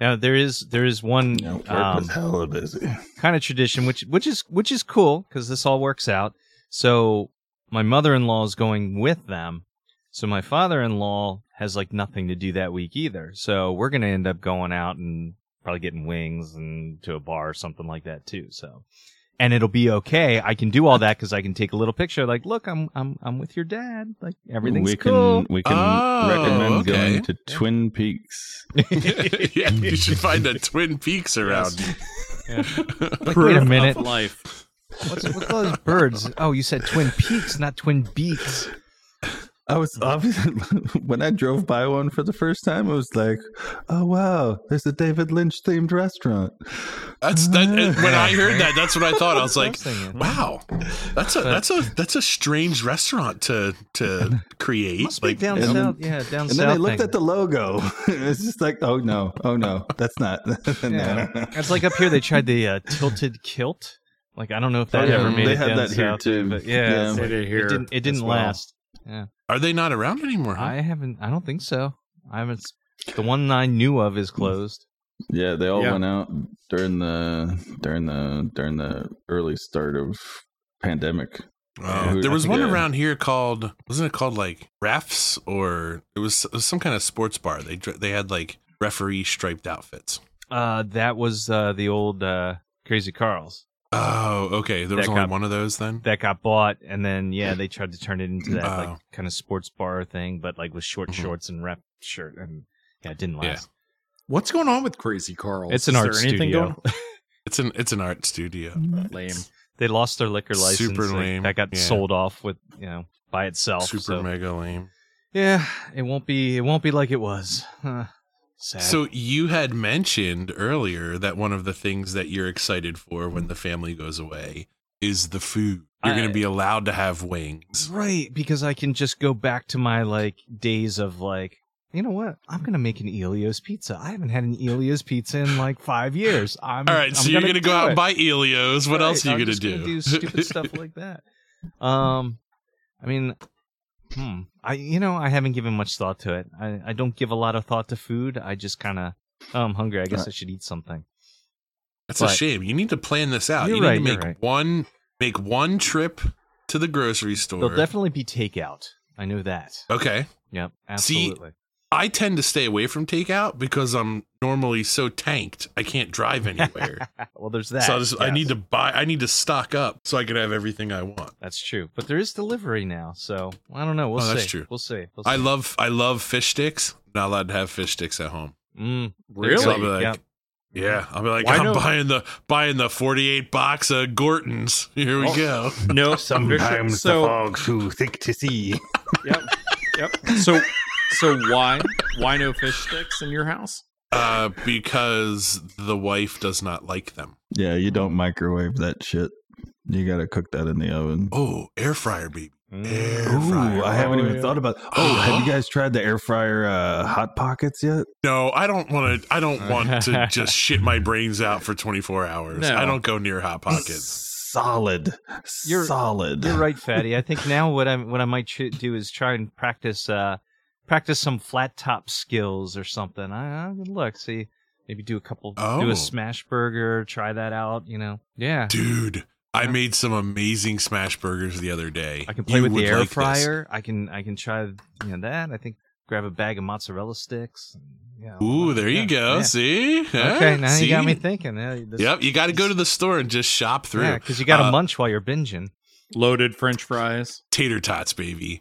[SPEAKER 4] Now there is there is one
[SPEAKER 3] work
[SPEAKER 4] um,
[SPEAKER 3] was hella busy.
[SPEAKER 4] kind of tradition, which which is which is cool because this all works out. So my mother in law is going with them. So my father in law has like nothing to do that week either. So we're gonna end up going out and probably getting wings and to a bar or something like that too. So and it'll be okay. I can do all that because I can take a little picture. Like, look, I'm I'm I'm with your dad. Like everything's
[SPEAKER 3] we
[SPEAKER 4] cool.
[SPEAKER 3] Can, we can
[SPEAKER 2] Oh,
[SPEAKER 3] recommend
[SPEAKER 2] okay.
[SPEAKER 3] going to Twin Peaks.
[SPEAKER 2] yeah, you should find a Twin Peaks around.
[SPEAKER 4] Like, wait a minute.
[SPEAKER 6] of life.
[SPEAKER 4] What's, what's all those birds? Oh, you said Twin Peaks, not Twin Beaks.
[SPEAKER 3] I was obviously when I drove by one for the first time. I was like, "Oh wow, there's a David Lynch themed restaurant."
[SPEAKER 2] That's that. and when I heard that, that's what I thought. I was like,
[SPEAKER 4] Interesting.
[SPEAKER 2] "Wow, that's a that's a that's a strange restaurant to to create."
[SPEAKER 4] Must be
[SPEAKER 2] like,
[SPEAKER 4] down
[SPEAKER 3] and then-
[SPEAKER 4] south. yeah, down
[SPEAKER 3] And
[SPEAKER 4] south.
[SPEAKER 3] then I looked
[SPEAKER 4] thing.
[SPEAKER 3] at the logo. it's just like, "Oh no, oh no, that's not." no,
[SPEAKER 4] Yeah.
[SPEAKER 3] no, no.
[SPEAKER 4] It's like up here they tried the uh, tilted kilt. Like I don't know if that
[SPEAKER 3] Oh, Yeah,
[SPEAKER 4] ever made
[SPEAKER 3] they
[SPEAKER 4] it
[SPEAKER 3] had
[SPEAKER 4] down
[SPEAKER 3] that here
[SPEAKER 4] south,
[SPEAKER 3] too.
[SPEAKER 4] But yeah,
[SPEAKER 3] Yeah.
[SPEAKER 4] it's-
[SPEAKER 5] They did here
[SPEAKER 4] it didn't. It
[SPEAKER 5] as
[SPEAKER 4] didn't
[SPEAKER 5] well.
[SPEAKER 4] last.
[SPEAKER 2] Are they not around anymore? Huh?
[SPEAKER 4] I haven't. I don't think so. I haven't. s- The one I knew of is closed.
[SPEAKER 3] Yeah, they all
[SPEAKER 5] Yeah.
[SPEAKER 3] went out during the during the during the early start of pandemic.
[SPEAKER 2] Oh,
[SPEAKER 3] Yeah.
[SPEAKER 2] there was one
[SPEAKER 3] Yeah.
[SPEAKER 2] around here called wasn't it called like refs or it was, it was some kind of sports bar. They dr- they had like referee striped outfits.
[SPEAKER 4] Uh, that was uh, the old uh, Crazy Carl's
[SPEAKER 2] Oh, okay. There was
[SPEAKER 4] That
[SPEAKER 2] only
[SPEAKER 4] got-
[SPEAKER 2] one of those then.
[SPEAKER 4] that got bought, and then yeah, they tried to turn it into that
[SPEAKER 2] Oh.
[SPEAKER 4] like kind of sports bar thing, but like with short
[SPEAKER 2] Mhm.
[SPEAKER 4] shorts and rep shirt, and yeah, it didn't
[SPEAKER 2] Yeah.
[SPEAKER 4] last.
[SPEAKER 5] What's going on with Crazy Carl?
[SPEAKER 4] It's an
[SPEAKER 5] Is
[SPEAKER 4] art
[SPEAKER 5] there anything
[SPEAKER 4] studio.
[SPEAKER 5] going on?
[SPEAKER 2] It's an it's an art studio.
[SPEAKER 6] Mm-hmm.
[SPEAKER 5] Lame.
[SPEAKER 4] They lost their liquor license.
[SPEAKER 2] Super
[SPEAKER 4] like,
[SPEAKER 2] lame,
[SPEAKER 4] That got
[SPEAKER 2] yeah.
[SPEAKER 4] sold off with you know by itself.
[SPEAKER 2] Super
[SPEAKER 4] so-
[SPEAKER 2] mega lame.
[SPEAKER 4] Yeah, it won't be. It won't be like it was. Huh. Sad.
[SPEAKER 2] So you had mentioned earlier that one of the things that you're excited for when the family goes away is the food. You're going
[SPEAKER 4] I-
[SPEAKER 2] to be allowed to have wings.
[SPEAKER 4] Right, because I can just go back to my like days of like, you know what? I'm gonna make an Elio's pizza. I haven't had an Elio's pizza in like five years. I'm
[SPEAKER 2] All right, so
[SPEAKER 4] I'm
[SPEAKER 2] you're going to
[SPEAKER 4] do
[SPEAKER 2] go out
[SPEAKER 4] it.
[SPEAKER 2] and buy Elios. What
[SPEAKER 4] Right,
[SPEAKER 2] else are you
[SPEAKER 4] I'm
[SPEAKER 2] going to
[SPEAKER 4] just
[SPEAKER 2] do?
[SPEAKER 4] gonna do stupid stuff like that. Um, I mean, hmm. I you know I haven't given much thought to it. I I don't give a lot of thought to food. I just kind of oh, I'm hungry. I guess I should eat something.
[SPEAKER 2] That's a
[SPEAKER 4] But-
[SPEAKER 2] shame. You need to plan this out.
[SPEAKER 4] You're
[SPEAKER 2] You need
[SPEAKER 4] right,
[SPEAKER 2] to
[SPEAKER 4] you're
[SPEAKER 2] make
[SPEAKER 4] right.
[SPEAKER 2] one make one trip to the grocery store.
[SPEAKER 4] There'll definitely be takeout. I know that.
[SPEAKER 2] okay.
[SPEAKER 4] Yep,
[SPEAKER 2] See,
[SPEAKER 4] absolutely.
[SPEAKER 2] I tend to stay away from takeout because I'm normally so tanked. I can't drive anywhere.
[SPEAKER 4] well, there's that.
[SPEAKER 2] so I, just, I
[SPEAKER 4] yes.
[SPEAKER 2] need to buy. I need to stock up so I can have everything I want.
[SPEAKER 4] That's true. But there is delivery now, so I don't know. We'll
[SPEAKER 2] Oh,
[SPEAKER 4] see.
[SPEAKER 2] that's true.
[SPEAKER 4] We'll see. We'll see.
[SPEAKER 2] I love I love fish sticks. Not allowed to have fish sticks at home.
[SPEAKER 4] Mm,
[SPEAKER 5] Really?
[SPEAKER 2] So I'll be like,
[SPEAKER 4] Yep.
[SPEAKER 2] yeah. I'll be like,
[SPEAKER 5] Why
[SPEAKER 2] I'm
[SPEAKER 5] no-
[SPEAKER 2] buying the buying the 48 box of Gortons. Here we
[SPEAKER 6] Oh.
[SPEAKER 2] go.
[SPEAKER 6] No,
[SPEAKER 7] Sometimes the
[SPEAKER 6] so
[SPEAKER 7] fog's too thick to see.
[SPEAKER 6] yep, yep. So so why why no fish sticks in your house?
[SPEAKER 2] Uh, because the wife does not like them.
[SPEAKER 3] Yeah, you don't microwave that shit. You gotta cook that in the oven.
[SPEAKER 2] Oh, air fryer, baby.
[SPEAKER 4] Mm.
[SPEAKER 2] Air
[SPEAKER 3] Ooh,
[SPEAKER 2] fryer. Uh-huh.
[SPEAKER 3] I haven't
[SPEAKER 6] Oh,
[SPEAKER 3] even
[SPEAKER 6] yeah.
[SPEAKER 3] thought about. Oh, have you guys tried the air fryer uh, hot pockets yet?
[SPEAKER 2] No, I don't want to. I don't want to just shit my brains out for 24 hours.
[SPEAKER 6] No.
[SPEAKER 2] I don't go near hot pockets.
[SPEAKER 3] Solid,
[SPEAKER 4] You're-
[SPEAKER 3] solid.
[SPEAKER 4] You're right, Fatty. I think now what I what I might ch- do is try and practice uh practice some flat top skills or something. I, I look, see, maybe do a couple, do
[SPEAKER 2] Oh.
[SPEAKER 4] a smash burger, try that out. You know, yeah.
[SPEAKER 2] Dude, I made some amazing smash burgers the other day.
[SPEAKER 4] I can play
[SPEAKER 2] You
[SPEAKER 4] with the
[SPEAKER 2] would
[SPEAKER 4] air
[SPEAKER 2] like this.
[SPEAKER 4] fryer. I can I can try you know that. I think grab a bag of mozzarella sticks. Yeah.
[SPEAKER 2] Ooh, there you
[SPEAKER 4] Yeah,
[SPEAKER 2] go.
[SPEAKER 4] yeah.
[SPEAKER 2] See?
[SPEAKER 4] Okay, now
[SPEAKER 2] See?
[SPEAKER 4] you got me thinking. Yeah, this-
[SPEAKER 2] Yep, you got to go to the store and just shop through.
[SPEAKER 4] Yeah, because you got to
[SPEAKER 2] Uh,
[SPEAKER 4] munch while you're binging.
[SPEAKER 6] Loaded French fries.
[SPEAKER 2] tater tots, baby.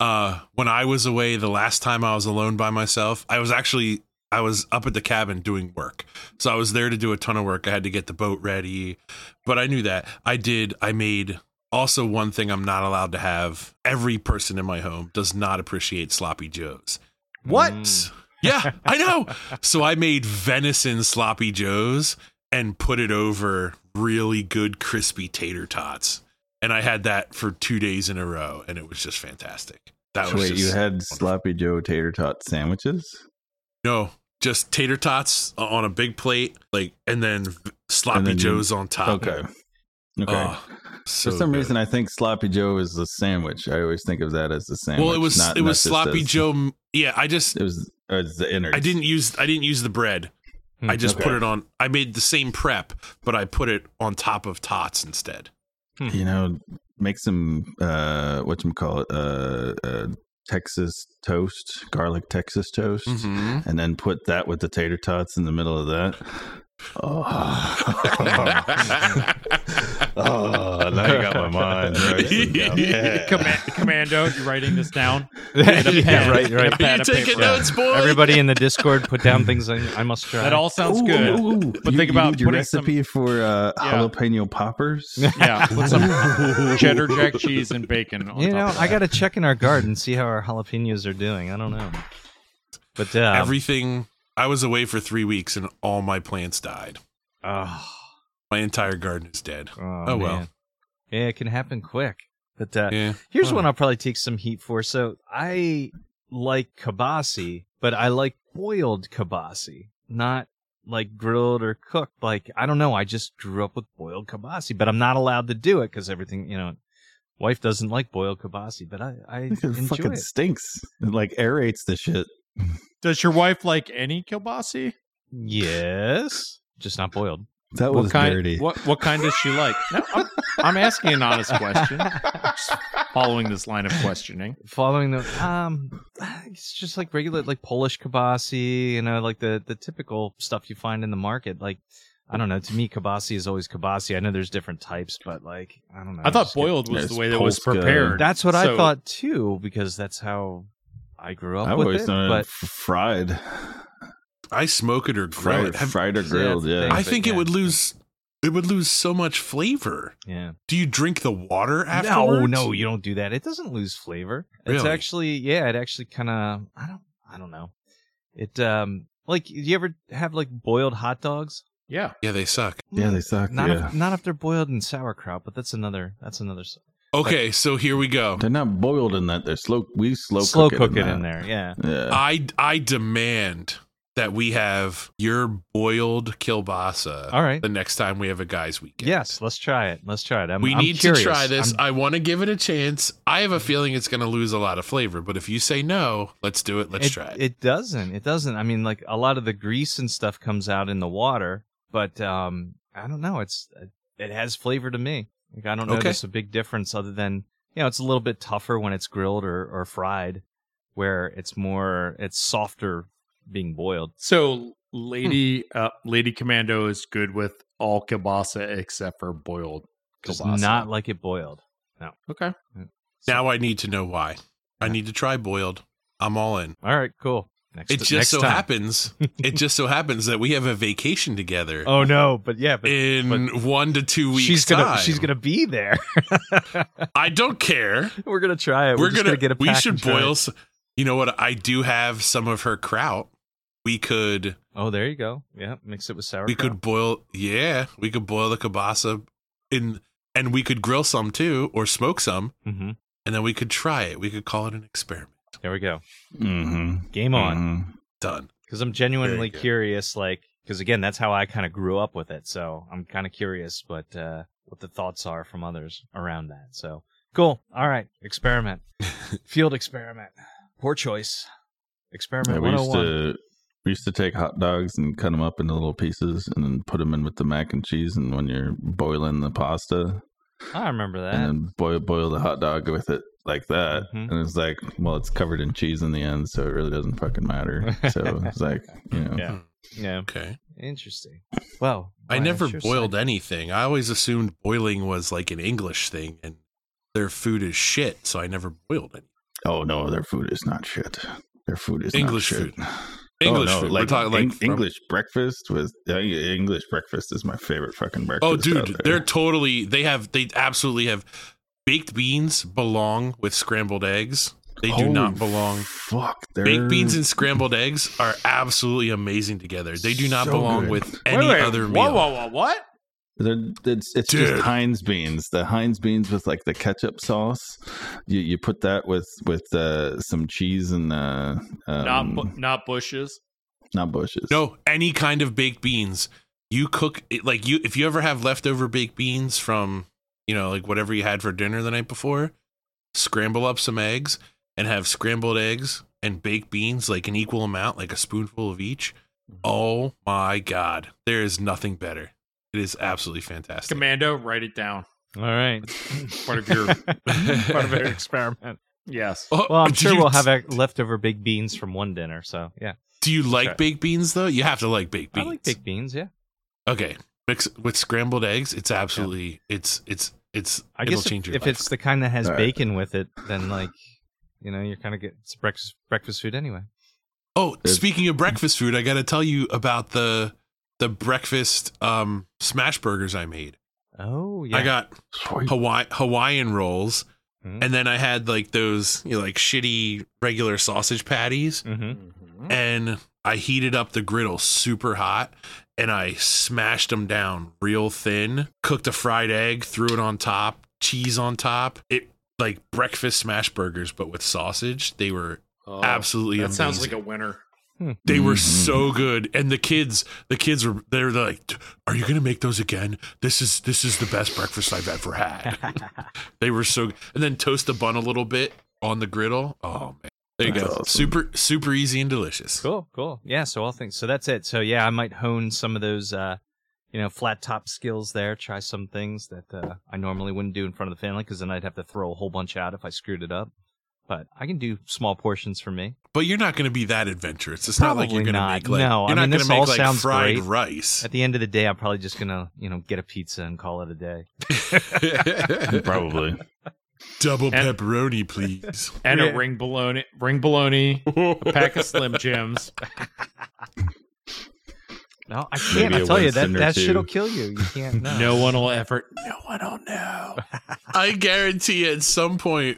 [SPEAKER 2] Uh, when I was away the last time I was alone by myself, I was actually I was up at the cabin doing work. So I was there to do a ton of work. I had to get the boat ready, but I knew that I did. I made also one thing I'm not allowed to have. Every person in my home does not appreciate sloppy joes. What?
[SPEAKER 4] Mm.
[SPEAKER 2] Yeah, I know. so I made venison sloppy joes and put it over really good crispy tater tots and I had that for two days in a row, and it was just fantastic. That was
[SPEAKER 3] Wait,
[SPEAKER 2] just,
[SPEAKER 3] you had sloppy Joe tater tot sandwiches,
[SPEAKER 2] no, just tater tots on a big plate, like, and then sloppy
[SPEAKER 3] And then you-
[SPEAKER 2] joes on top.
[SPEAKER 3] Okay. Okay.
[SPEAKER 2] Oh, Ah, so
[SPEAKER 3] For some
[SPEAKER 2] good.
[SPEAKER 3] reason, I think sloppy Joe is the sandwich. I always think of that as the sandwich.
[SPEAKER 2] well, it was
[SPEAKER 3] not-
[SPEAKER 2] it
[SPEAKER 3] not
[SPEAKER 2] was
[SPEAKER 3] just
[SPEAKER 2] sloppy
[SPEAKER 3] as-
[SPEAKER 2] joe. m- Yeah, I just
[SPEAKER 3] It was it was the innards.
[SPEAKER 2] I didn't use I didn't use the bread.
[SPEAKER 4] Hmm,
[SPEAKER 2] I just
[SPEAKER 3] okay.
[SPEAKER 2] put it on. I made the same prep, but I put it on top of tots instead.
[SPEAKER 3] you know, make some uh what you call it uh, uh Texas toast, garlic Texas toast,
[SPEAKER 2] Mm-hmm.
[SPEAKER 4] Mm-hmm.
[SPEAKER 3] and then put that with the tater tots in the middle of that. Oh, oh now you got my mind. racing down there.
[SPEAKER 6] Command, commando, you writing this down?
[SPEAKER 4] yeah, right,
[SPEAKER 6] And a
[SPEAKER 4] right.
[SPEAKER 6] pad
[SPEAKER 2] You
[SPEAKER 6] of
[SPEAKER 2] taking
[SPEAKER 6] paper.
[SPEAKER 2] notes, boy?
[SPEAKER 4] Everybody in the Discord, put down things I, I must try.
[SPEAKER 6] That all sounds good.
[SPEAKER 3] Ooh, ooh, ooh.
[SPEAKER 6] But
[SPEAKER 3] You-
[SPEAKER 6] think
[SPEAKER 3] you
[SPEAKER 6] about
[SPEAKER 3] need your
[SPEAKER 6] putting some-
[SPEAKER 3] recipe for uh,
[SPEAKER 6] Yeah.
[SPEAKER 3] jalapeno poppers.
[SPEAKER 6] Yeah, with some cheddar jack cheese and bacon. On
[SPEAKER 4] you
[SPEAKER 6] top
[SPEAKER 4] know,
[SPEAKER 6] of
[SPEAKER 4] I
[SPEAKER 6] that.
[SPEAKER 4] got to check in our garden, see how our jalapenos are doing. I don't know, but uh,
[SPEAKER 2] Everything. I was away for three weeks, and all my plants died.
[SPEAKER 4] oh,
[SPEAKER 2] My entire garden is dead.
[SPEAKER 4] oh,
[SPEAKER 2] Oh, well.
[SPEAKER 4] man. yeah, it can happen quick. But uh,
[SPEAKER 2] Yeah.
[SPEAKER 4] here's
[SPEAKER 2] Huh.
[SPEAKER 4] one I'll probably take some heat for. So I like kibasi, but I like boiled kibasi, not like grilled or cooked. Like I don't know. I just grew up with boiled kibasi, but I'm not allowed to do it because everything you know. Wife doesn't like boiled kibasi, but I I
[SPEAKER 3] It
[SPEAKER 4] enjoy
[SPEAKER 3] fucking
[SPEAKER 4] it.
[SPEAKER 3] stinks. It like aerates the shit.
[SPEAKER 6] Does your wife like any kielbasi?
[SPEAKER 4] Yes, just not boiled.
[SPEAKER 3] That was
[SPEAKER 6] what kind?
[SPEAKER 3] dirty.
[SPEAKER 6] What what kind does she like? No, I'm, I'm asking an honest question. Just following this line of questioning.
[SPEAKER 4] Following the um, it's just like regular like Polish kibasi, you know, like the the typical stuff you find in the market. Like I don't know. To me, kibasi is always kibasi. I know there's different types, but like I don't know.
[SPEAKER 6] I thought
[SPEAKER 4] Just get-
[SPEAKER 6] boiled was the
[SPEAKER 3] There's
[SPEAKER 6] way that was
[SPEAKER 3] Polska.
[SPEAKER 6] prepared.
[SPEAKER 4] That's what I
[SPEAKER 6] So-
[SPEAKER 4] thought too, because that's how I grew up
[SPEAKER 3] I
[SPEAKER 4] with
[SPEAKER 3] always
[SPEAKER 4] it.
[SPEAKER 3] known it
[SPEAKER 4] But
[SPEAKER 3] f- fried,
[SPEAKER 2] I smoke it or grill
[SPEAKER 3] fried,
[SPEAKER 2] it. Have-
[SPEAKER 3] fried or
[SPEAKER 4] Yeah,
[SPEAKER 3] grilled.
[SPEAKER 4] that's
[SPEAKER 3] Yeah,
[SPEAKER 4] the
[SPEAKER 2] I
[SPEAKER 4] but
[SPEAKER 2] think it
[SPEAKER 4] yeah.
[SPEAKER 2] would lose. It would lose so much flavor.
[SPEAKER 4] yeah,
[SPEAKER 2] Do you drink the water
[SPEAKER 4] no,
[SPEAKER 2] afterwards?
[SPEAKER 4] no, you don't do that. It doesn't lose flavor. It's
[SPEAKER 2] Really?
[SPEAKER 4] actually yeah, it actually kind of I don't I don't know. It um like do you ever have like boiled hot dogs?
[SPEAKER 6] yeah.
[SPEAKER 2] Yeah, they suck.
[SPEAKER 3] yeah, they suck.
[SPEAKER 4] Not
[SPEAKER 3] yeah,
[SPEAKER 4] if not if they're boiled in sauerkraut, but that's another that's another s-
[SPEAKER 2] Okay, so here we go.
[SPEAKER 3] they're not boiled in that. They're slow. We slow,
[SPEAKER 4] slow
[SPEAKER 3] cook,
[SPEAKER 4] cook it
[SPEAKER 3] in,
[SPEAKER 4] in there. Yeah,
[SPEAKER 3] there. Yeah,
[SPEAKER 2] I I demand that we have your boiled kielbasa
[SPEAKER 4] all right.
[SPEAKER 2] the next time we have a guys weekend.
[SPEAKER 4] Yes, let's try it. Let's try it. I'm,
[SPEAKER 2] we
[SPEAKER 4] I'm
[SPEAKER 2] need
[SPEAKER 4] curious.
[SPEAKER 2] to try this.
[SPEAKER 4] I'm-
[SPEAKER 2] i want to give it a chance. I have a feeling it's going to lose a lot of flavor, but if you say no, let's do it. Let's
[SPEAKER 4] it,
[SPEAKER 2] try it.
[SPEAKER 4] it doesn't. It doesn't. I mean, like a lot of the grease and stuff comes out in the water, but um, I don't know. It's it has flavor to me. Like I don't
[SPEAKER 2] Okay.
[SPEAKER 4] notice a big difference other than you know it's a little bit tougher when it's grilled or or fried, where it's more it's softer being boiled.
[SPEAKER 6] So lady uh, lady commando is good with all kielbasa except for boiled
[SPEAKER 4] Just
[SPEAKER 6] kielbasa.
[SPEAKER 4] not like it boiled.
[SPEAKER 6] okay.
[SPEAKER 2] now I need to know why. I need to try boiled. I'm all in.
[SPEAKER 4] All right, cool. Next,
[SPEAKER 2] It just
[SPEAKER 4] next
[SPEAKER 2] so
[SPEAKER 4] time.
[SPEAKER 2] happens. It just so happens that we have a vacation together
[SPEAKER 4] Oh no, but yeah, but.
[SPEAKER 2] in one to two weeks.
[SPEAKER 4] She's gonna
[SPEAKER 2] time.
[SPEAKER 4] she's gonna be there.
[SPEAKER 2] I don't care.
[SPEAKER 4] We're gonna try it.
[SPEAKER 2] We're,
[SPEAKER 4] just
[SPEAKER 2] gonna,
[SPEAKER 4] get a.
[SPEAKER 2] We
[SPEAKER 4] pack
[SPEAKER 2] should
[SPEAKER 4] and try
[SPEAKER 2] boil.
[SPEAKER 4] it.
[SPEAKER 2] s you know what? I do have some of her kraut. We could.
[SPEAKER 4] Oh, there you go. Yeah, mix it with sour.
[SPEAKER 2] We could boil. Yeah, we could boil the kielbasa in, and we could grill some too, or smoke some,
[SPEAKER 4] Mm-hmm.
[SPEAKER 2] and then we could try it. We could call it an experiment.
[SPEAKER 4] There we go.
[SPEAKER 3] mm-hmm.
[SPEAKER 4] Game on.
[SPEAKER 2] Done.
[SPEAKER 4] Because I'm genuinely
[SPEAKER 2] Very good.
[SPEAKER 4] curious, like, because again, that's how I kind of grew up with it. So I'm kind of curious, but uh, what the thoughts are from others around that. So cool. All right, experiment, field experiment. Poor choice. Experiment
[SPEAKER 3] Yeah, we used
[SPEAKER 4] 101.
[SPEAKER 3] to we used to take hot dogs and cut them up into little pieces and then put them in with the mac and cheese. And when you're boiling the pasta,
[SPEAKER 4] I remember that.
[SPEAKER 3] and then boil boil the hot dog with it like that.
[SPEAKER 2] Mm-hmm.
[SPEAKER 4] Mhm.
[SPEAKER 3] And it's like, well, it's covered in cheese in the end, so it really doesn't fucking matter. So it's like, you know,
[SPEAKER 4] Yeah. yeah.
[SPEAKER 2] Okay.
[SPEAKER 4] Interesting. Well,
[SPEAKER 2] I
[SPEAKER 4] Brian,
[SPEAKER 2] never
[SPEAKER 4] it's your
[SPEAKER 2] boiled
[SPEAKER 4] side.
[SPEAKER 2] anything. I always assumed boiling was like an English thing, and their food is shit. So I never boiled anything.
[SPEAKER 3] oh no, their food is not shit. Their food is
[SPEAKER 2] English
[SPEAKER 3] not shit.
[SPEAKER 2] food. English
[SPEAKER 3] oh, no,
[SPEAKER 2] food.
[SPEAKER 3] like,
[SPEAKER 2] We're talking like
[SPEAKER 3] Eng-
[SPEAKER 2] from-
[SPEAKER 3] English breakfast with uh, English breakfast is my favorite fucking breakfast.
[SPEAKER 2] Oh,
[SPEAKER 3] out
[SPEAKER 2] dude,
[SPEAKER 3] there.
[SPEAKER 2] they're totally. They have. They absolutely have. Baked beans belong with scrambled eggs. They do not
[SPEAKER 3] Holy
[SPEAKER 2] belong.
[SPEAKER 3] Fuck, they're
[SPEAKER 2] Baked beans and scrambled eggs are absolutely amazing together. They do not
[SPEAKER 3] So
[SPEAKER 2] belong
[SPEAKER 3] good.
[SPEAKER 2] with any
[SPEAKER 6] Wait, wait,
[SPEAKER 2] other meal.
[SPEAKER 6] whoa, Whoa, whoa, what?
[SPEAKER 3] They're, it's it's
[SPEAKER 2] Dude.
[SPEAKER 3] just Heinz beans. The Heinz beans with like the ketchup sauce. You you put that with with uh, some cheese and uh, um,
[SPEAKER 6] not bu- not bushes.
[SPEAKER 3] not bushes.
[SPEAKER 2] No, any kind of baked beans. You cook it like you if you ever have leftover baked beans from, you know, like whatever you had for dinner the night before, scramble up some eggs and have scrambled eggs and baked beans like an equal amount, like a spoonful of each. Oh my god. There is nothing better. It is absolutely fantastic.
[SPEAKER 6] Commando, write it down.
[SPEAKER 4] All right.
[SPEAKER 6] Part of your
[SPEAKER 4] Part of an experiment.
[SPEAKER 6] yes.
[SPEAKER 2] Oh,
[SPEAKER 4] Well, I'm
[SPEAKER 2] do
[SPEAKER 4] sure
[SPEAKER 2] you-
[SPEAKER 4] we'll have uh, leftover baked beans from one dinner. So yeah,
[SPEAKER 2] Do you like
[SPEAKER 4] Sure.
[SPEAKER 2] baked beans though? You have to like baked beans.
[SPEAKER 4] I like baked beans. Yeah.
[SPEAKER 2] okay. Mix it with scrambled eggs, it's absolutely it's it's it's
[SPEAKER 4] I
[SPEAKER 2] it'll
[SPEAKER 4] guess
[SPEAKER 2] change
[SPEAKER 4] if,
[SPEAKER 2] your
[SPEAKER 4] if
[SPEAKER 2] life.
[SPEAKER 4] it's the kind that has
[SPEAKER 3] All right.
[SPEAKER 4] bacon with it, then like, you know, you're kind of get it's breakfast breakfast food anyway.
[SPEAKER 2] Oh,
[SPEAKER 3] It's-
[SPEAKER 2] speaking of breakfast food, I got to tell you about the the breakfast um smash burgers I made.
[SPEAKER 4] Oh yeah,
[SPEAKER 2] I got
[SPEAKER 3] Sweet.
[SPEAKER 2] Hawaii Hawaiian rolls
[SPEAKER 4] Mm.
[SPEAKER 2] and then I had like those you know, like shitty regular sausage patties
[SPEAKER 4] hmm
[SPEAKER 6] Mm-hmm.
[SPEAKER 2] and I heated up the griddle super hot and I smashed them down real thin, cooked a fried egg, threw it on top, cheese on top. It like breakfast smash burgers but with sausage. They were
[SPEAKER 6] Oh,
[SPEAKER 2] absolutely
[SPEAKER 6] that
[SPEAKER 2] amazing.
[SPEAKER 6] sounds like a Mm-hmm. winner.
[SPEAKER 2] They were so good, and the kids, the kids were they were like, "Are you gonna make those again? This is this is the best breakfast I've ever had." they were so, and then toast the bun a little bit on the griddle. Oh man, there you
[SPEAKER 3] That's
[SPEAKER 2] go,
[SPEAKER 3] awesome.
[SPEAKER 2] super super easy and delicious.
[SPEAKER 4] Cool, cool. Yeah, so all things. So that's it. So yeah, I might hone some of those, uh, you know, flat top skills there. Try some things that uh, I normally wouldn't do in front of the family because then I'd have to throw a whole bunch out if I screwed it up. But I can do small portions for me.
[SPEAKER 2] But you're not gonna be that adventurous. It's not like you're
[SPEAKER 4] Probably
[SPEAKER 2] gonna
[SPEAKER 4] not.
[SPEAKER 2] make like
[SPEAKER 4] No, I
[SPEAKER 2] you're not
[SPEAKER 4] mean,
[SPEAKER 2] gonna
[SPEAKER 4] this
[SPEAKER 2] make
[SPEAKER 4] all
[SPEAKER 2] like
[SPEAKER 4] sounds
[SPEAKER 2] fried
[SPEAKER 4] great.
[SPEAKER 2] rice.
[SPEAKER 4] At the end of the day, I'm probably just gonna, you know, get a pizza and call it a day.
[SPEAKER 3] Probably.
[SPEAKER 2] Double
[SPEAKER 6] And-
[SPEAKER 2] pepperoni, please.
[SPEAKER 6] and
[SPEAKER 4] Yeah.
[SPEAKER 6] a ring bologna, ring bologna, a pack of Slim Jims.
[SPEAKER 4] No, I
[SPEAKER 3] Maybe
[SPEAKER 4] can't.
[SPEAKER 3] a
[SPEAKER 4] I tell you that
[SPEAKER 3] Winston or
[SPEAKER 4] that
[SPEAKER 3] two.
[SPEAKER 4] shit'll kill you. You can't. No.
[SPEAKER 6] No one will ever. No one will know.
[SPEAKER 2] I guarantee at some point,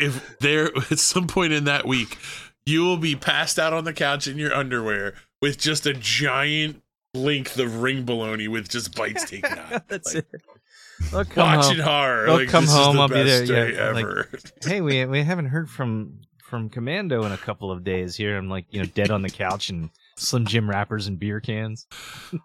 [SPEAKER 2] if there at some point in that week, you will be passed out on the couch in your underwear with just a giant length of ring bologna with just bites taken out.
[SPEAKER 4] that's
[SPEAKER 2] Like,
[SPEAKER 4] it. Look, come
[SPEAKER 2] Watch
[SPEAKER 4] home.
[SPEAKER 2] it hard.
[SPEAKER 4] They'll
[SPEAKER 2] like,
[SPEAKER 4] come
[SPEAKER 2] this is
[SPEAKER 4] home,
[SPEAKER 2] the
[SPEAKER 4] I'll be
[SPEAKER 2] best
[SPEAKER 4] there,
[SPEAKER 2] day
[SPEAKER 4] yeah, like-
[SPEAKER 2] ever.
[SPEAKER 4] hey, we we haven't heard from from Commando in a couple of days. Here, I'm like, you know, dead on the couch and Slim Jim wrappers and beer cans.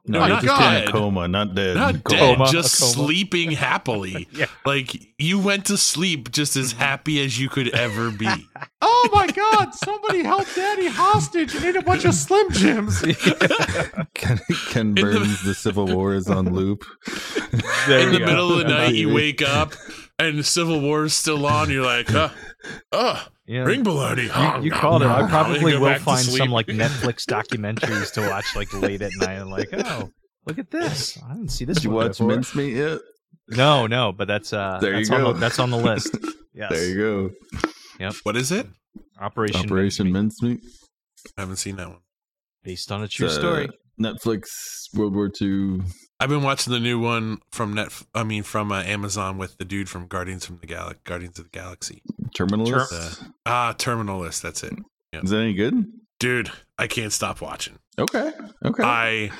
[SPEAKER 3] No,
[SPEAKER 2] My
[SPEAKER 3] you're just in
[SPEAKER 2] God.
[SPEAKER 3] a coma, not dead.
[SPEAKER 2] Not
[SPEAKER 3] Coma.
[SPEAKER 2] dead,
[SPEAKER 4] Coma,
[SPEAKER 2] just
[SPEAKER 4] a coma.
[SPEAKER 2] sleeping happily.
[SPEAKER 4] Yeah. Mm-hmm.
[SPEAKER 2] Like you went to sleep just as happy as you could ever be.
[SPEAKER 6] Oh my God! Somebody held Daddy hostage and ate a bunch of Slim Jims.
[SPEAKER 3] Ken, Ken
[SPEAKER 2] the-
[SPEAKER 3] Burns, the Civil War is on loop.
[SPEAKER 2] in the middle of the night, you
[SPEAKER 3] Maybe.
[SPEAKER 2] wake up and Civil War is still on. You're like, huh, oh,
[SPEAKER 4] Yeah.
[SPEAKER 2] ring bologna.
[SPEAKER 4] You, you called it. I
[SPEAKER 2] Then
[SPEAKER 4] probably
[SPEAKER 2] you go
[SPEAKER 4] will
[SPEAKER 2] back to
[SPEAKER 4] find
[SPEAKER 2] sleep.
[SPEAKER 4] some like Netflix documentaries to watch like late at night. I'm like, oh, look at this. I didn't see this.
[SPEAKER 3] Did you
[SPEAKER 4] one
[SPEAKER 3] watch
[SPEAKER 4] before.
[SPEAKER 3] Mincemeat yet?
[SPEAKER 4] No, no, but that's uh,
[SPEAKER 3] There you
[SPEAKER 4] that's on the-
[SPEAKER 3] go.
[SPEAKER 4] that's on the list. Yes.
[SPEAKER 3] There you go.
[SPEAKER 2] What is it?
[SPEAKER 4] Operation
[SPEAKER 3] Operation
[SPEAKER 4] Mincemeat,
[SPEAKER 3] Mincemeat.
[SPEAKER 2] I haven't seen that one.
[SPEAKER 4] based on a true
[SPEAKER 3] It's a
[SPEAKER 4] story.
[SPEAKER 3] Netflix World War II.
[SPEAKER 2] I've been watching the new one from Net. I mean, from uh, Amazon with the dude from Guardians from the Gal- Guardians of the Galaxy.
[SPEAKER 3] Terminalist.
[SPEAKER 2] Ter- Ah, Terminalist. That's it,
[SPEAKER 3] Is that any good?
[SPEAKER 2] dude. I can't stop watching.
[SPEAKER 3] Okay. Okay.
[SPEAKER 2] I.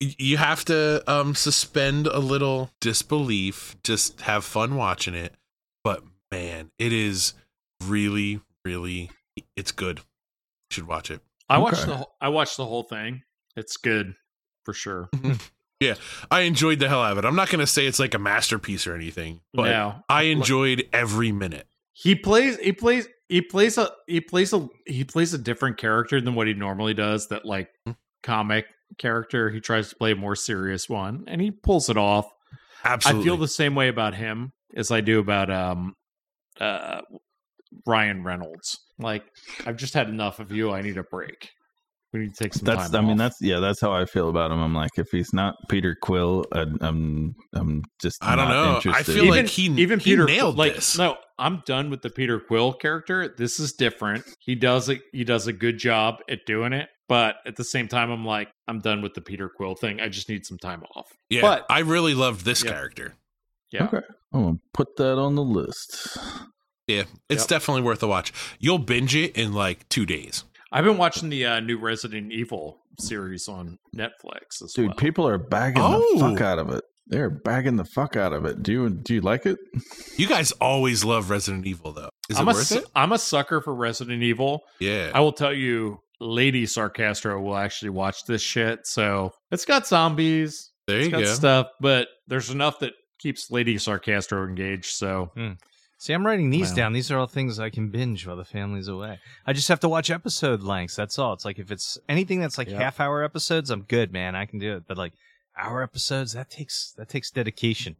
[SPEAKER 2] y- You have to um suspend a little disbelief. Just have fun watching it. But man, it is really, really. It's good. You should watch it.
[SPEAKER 6] I
[SPEAKER 3] Okay.
[SPEAKER 6] watched the. whole- I watched the whole thing. It's good for sure.
[SPEAKER 2] I enjoyed the hell out of it. I'm not gonna say it's like a masterpiece or anything, but
[SPEAKER 6] now
[SPEAKER 2] I enjoyed every minute.
[SPEAKER 6] he plays. He plays. He plays a. He plays a. He plays a different character than what he normally does. That like comic character. He tries to play a more serious one, and he pulls it off.
[SPEAKER 2] Absolutely.
[SPEAKER 6] I feel the same way about him as I do about um uh Ryan Reynolds. Like I've just had enough of you. I need a break. We need to take some
[SPEAKER 3] that's.
[SPEAKER 6] time.
[SPEAKER 3] I mean,
[SPEAKER 6] off.
[SPEAKER 3] that's. Yeah, that's how I feel about him. I'm like, if he's not Peter Quill, I, I'm. I'm just.
[SPEAKER 2] I don't
[SPEAKER 3] not
[SPEAKER 2] know. I
[SPEAKER 3] Interested.
[SPEAKER 2] feel like he-
[SPEAKER 6] even
[SPEAKER 2] he
[SPEAKER 6] Peter
[SPEAKER 2] nailed
[SPEAKER 6] like
[SPEAKER 2] this.
[SPEAKER 6] no. I'm done with the Peter Quill character. This is different. He does a, he does a good job at doing it, but at the same time, I'm like I'm done with the Peter Quill thing. I just need some time off.
[SPEAKER 2] yeah,
[SPEAKER 6] but-
[SPEAKER 2] I really loved this
[SPEAKER 6] Yeah.
[SPEAKER 2] character.
[SPEAKER 6] Yeah.
[SPEAKER 3] Okay. I'm gonna put that on the list.
[SPEAKER 2] Yeah, it's
[SPEAKER 6] Yep.
[SPEAKER 2] definitely worth a watch. You'll binge it in like two days.
[SPEAKER 6] I've been watching the uh, new Resident Evil series on Netflix as
[SPEAKER 3] Dude,
[SPEAKER 6] well.
[SPEAKER 3] people are bagging
[SPEAKER 2] Oh.
[SPEAKER 3] the fuck out of it. They're bagging the fuck out of it. Do you do you like it?
[SPEAKER 2] You guys always love Resident Evil, though. Is
[SPEAKER 6] I'm
[SPEAKER 2] it
[SPEAKER 6] a
[SPEAKER 2] worth
[SPEAKER 6] su-
[SPEAKER 2] it?
[SPEAKER 6] I'm a sucker for Resident Evil. I
[SPEAKER 2] Yeah.
[SPEAKER 6] will tell you, Lady Sarcastro will actually watch this shit. So it's got zombies,
[SPEAKER 2] There
[SPEAKER 6] it's
[SPEAKER 2] you
[SPEAKER 6] got
[SPEAKER 2] go.
[SPEAKER 6] stuff, but there's enough that keeps Lady Sarcastro engaged. So
[SPEAKER 4] See, I'm writing these
[SPEAKER 6] Wow.
[SPEAKER 4] down. These are all things I can binge while the family's away. I just have to watch episode lengths. That's all. It's like if it's anything that's like
[SPEAKER 6] Yeah.
[SPEAKER 4] half hour episodes, I'm good, man. I can do it. But like hour episodes, that takes that takes dedication.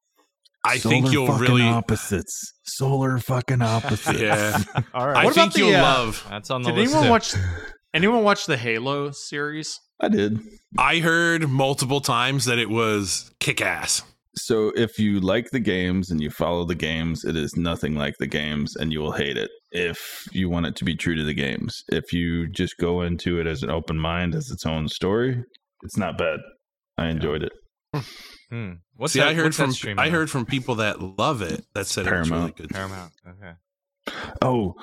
[SPEAKER 2] I think
[SPEAKER 3] Solar
[SPEAKER 2] you'll
[SPEAKER 3] fucking
[SPEAKER 2] really.
[SPEAKER 3] opposites. Solar fucking opposites.
[SPEAKER 2] Yeah.
[SPEAKER 4] All right.
[SPEAKER 2] I
[SPEAKER 6] What about
[SPEAKER 2] think
[SPEAKER 6] the,
[SPEAKER 2] you'll
[SPEAKER 6] uh,
[SPEAKER 2] love.
[SPEAKER 4] That's on the
[SPEAKER 6] did
[SPEAKER 4] list.
[SPEAKER 6] anyone
[SPEAKER 4] too.
[SPEAKER 6] watch anyone watch the Halo series?
[SPEAKER 3] I did.
[SPEAKER 2] I heard multiple times that it was kick ass.
[SPEAKER 3] So if you like the games and you follow the games, it is nothing like the games and you will hate it. If you want it to be true to the games, if you just go into it as an open mind as its own story, it's not bad. I enjoyed it.
[SPEAKER 4] Hmm. What's
[SPEAKER 2] See,
[SPEAKER 4] that,
[SPEAKER 2] I heard
[SPEAKER 4] what's that
[SPEAKER 2] from
[SPEAKER 4] streaming
[SPEAKER 2] I
[SPEAKER 4] on?
[SPEAKER 2] heard from people that love it that said it was really
[SPEAKER 3] Paramount.
[SPEAKER 2] good.
[SPEAKER 4] Paramount. Okay.
[SPEAKER 3] Oh,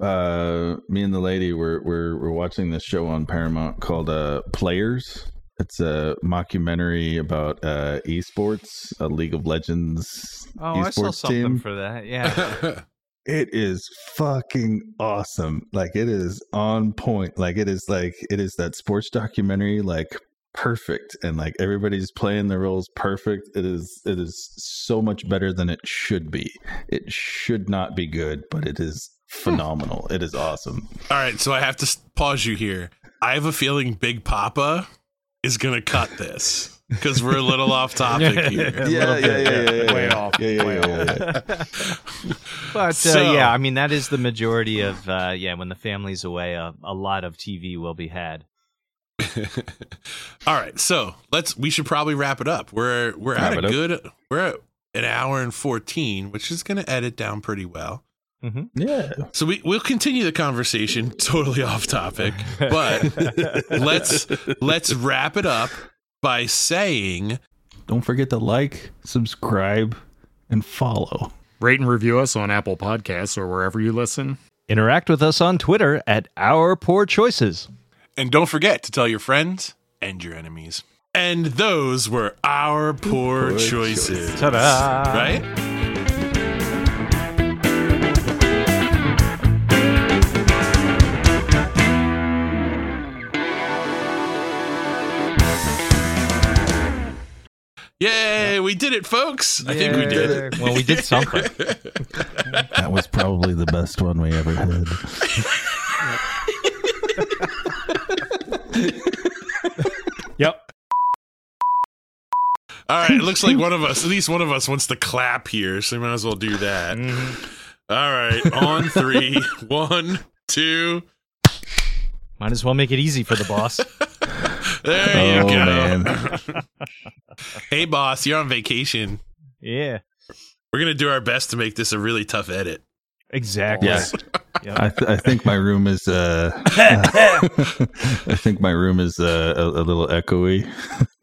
[SPEAKER 3] uh, me and the lady were we're we're watching this show on Paramount called uh, Players. It's a mockumentary about uh, esports, a League of Legends
[SPEAKER 4] Oh, I saw
[SPEAKER 3] esports
[SPEAKER 4] something
[SPEAKER 3] team.
[SPEAKER 4] for that. Yeah.
[SPEAKER 3] it is fucking awesome. Like it is on point. Like it is like it is that sports documentary like perfect and like everybody's playing their roles perfect. It is it is so much better than it should be. It should not be good, but it is
[SPEAKER 6] Hmm.
[SPEAKER 3] phenomenal. it is awesome.
[SPEAKER 2] All right, so I have to s- pause you here. I have a feeling Big Papa is gonna cut this because we're a little off topic here.
[SPEAKER 3] Yeah, yeah, yeah, yeah, yeah,
[SPEAKER 6] Way
[SPEAKER 3] yeah.
[SPEAKER 6] off.
[SPEAKER 3] Yeah, yeah,
[SPEAKER 6] way
[SPEAKER 3] yeah,
[SPEAKER 6] off.
[SPEAKER 3] yeah, yeah.
[SPEAKER 4] But uh,
[SPEAKER 2] So-
[SPEAKER 4] yeah, I mean that is the majority of uh, yeah. When the family's away, a, a lot of TV will be had.
[SPEAKER 2] All right, so let's. We should probably wrap it up. We're we're
[SPEAKER 3] Wrap
[SPEAKER 2] at
[SPEAKER 3] it
[SPEAKER 2] a
[SPEAKER 3] up.
[SPEAKER 2] good. We're at an hour and fourteen, which is gonna edit down pretty well.
[SPEAKER 3] Yeah.
[SPEAKER 2] So we we'll continue the conversation. Totally off topic, but let's let's wrap it up by saying
[SPEAKER 3] Don't forget to like, subscribe, and follow.
[SPEAKER 5] Rate and review us on Apple Podcasts or wherever you listen.
[SPEAKER 4] Interact with us on Twitter at Our Poor Choices.
[SPEAKER 2] And don't forget to tell your friends and your enemies. And those were our poor, choices.
[SPEAKER 4] Ta-da!
[SPEAKER 2] Right? Yay, we did it, folks. I think we did it.
[SPEAKER 4] Well, we did something.
[SPEAKER 3] That was probably the best one we ever had.
[SPEAKER 6] Yep.
[SPEAKER 2] All right, it looks like one of us, at least one of us, wants to clap here, so we might as well do that. All right, on three, one, two.
[SPEAKER 4] Might as well make it easy for the boss.
[SPEAKER 2] There you
[SPEAKER 3] Oh,
[SPEAKER 2] go.
[SPEAKER 3] man.
[SPEAKER 2] hey, boss, you're on vacation.
[SPEAKER 4] yeah,
[SPEAKER 2] We're gonna do our best to make this a really tough edit.
[SPEAKER 4] exactly.
[SPEAKER 3] Yeah. I, th- I think my room is. Uh, I think my room is uh, a, a little echoey.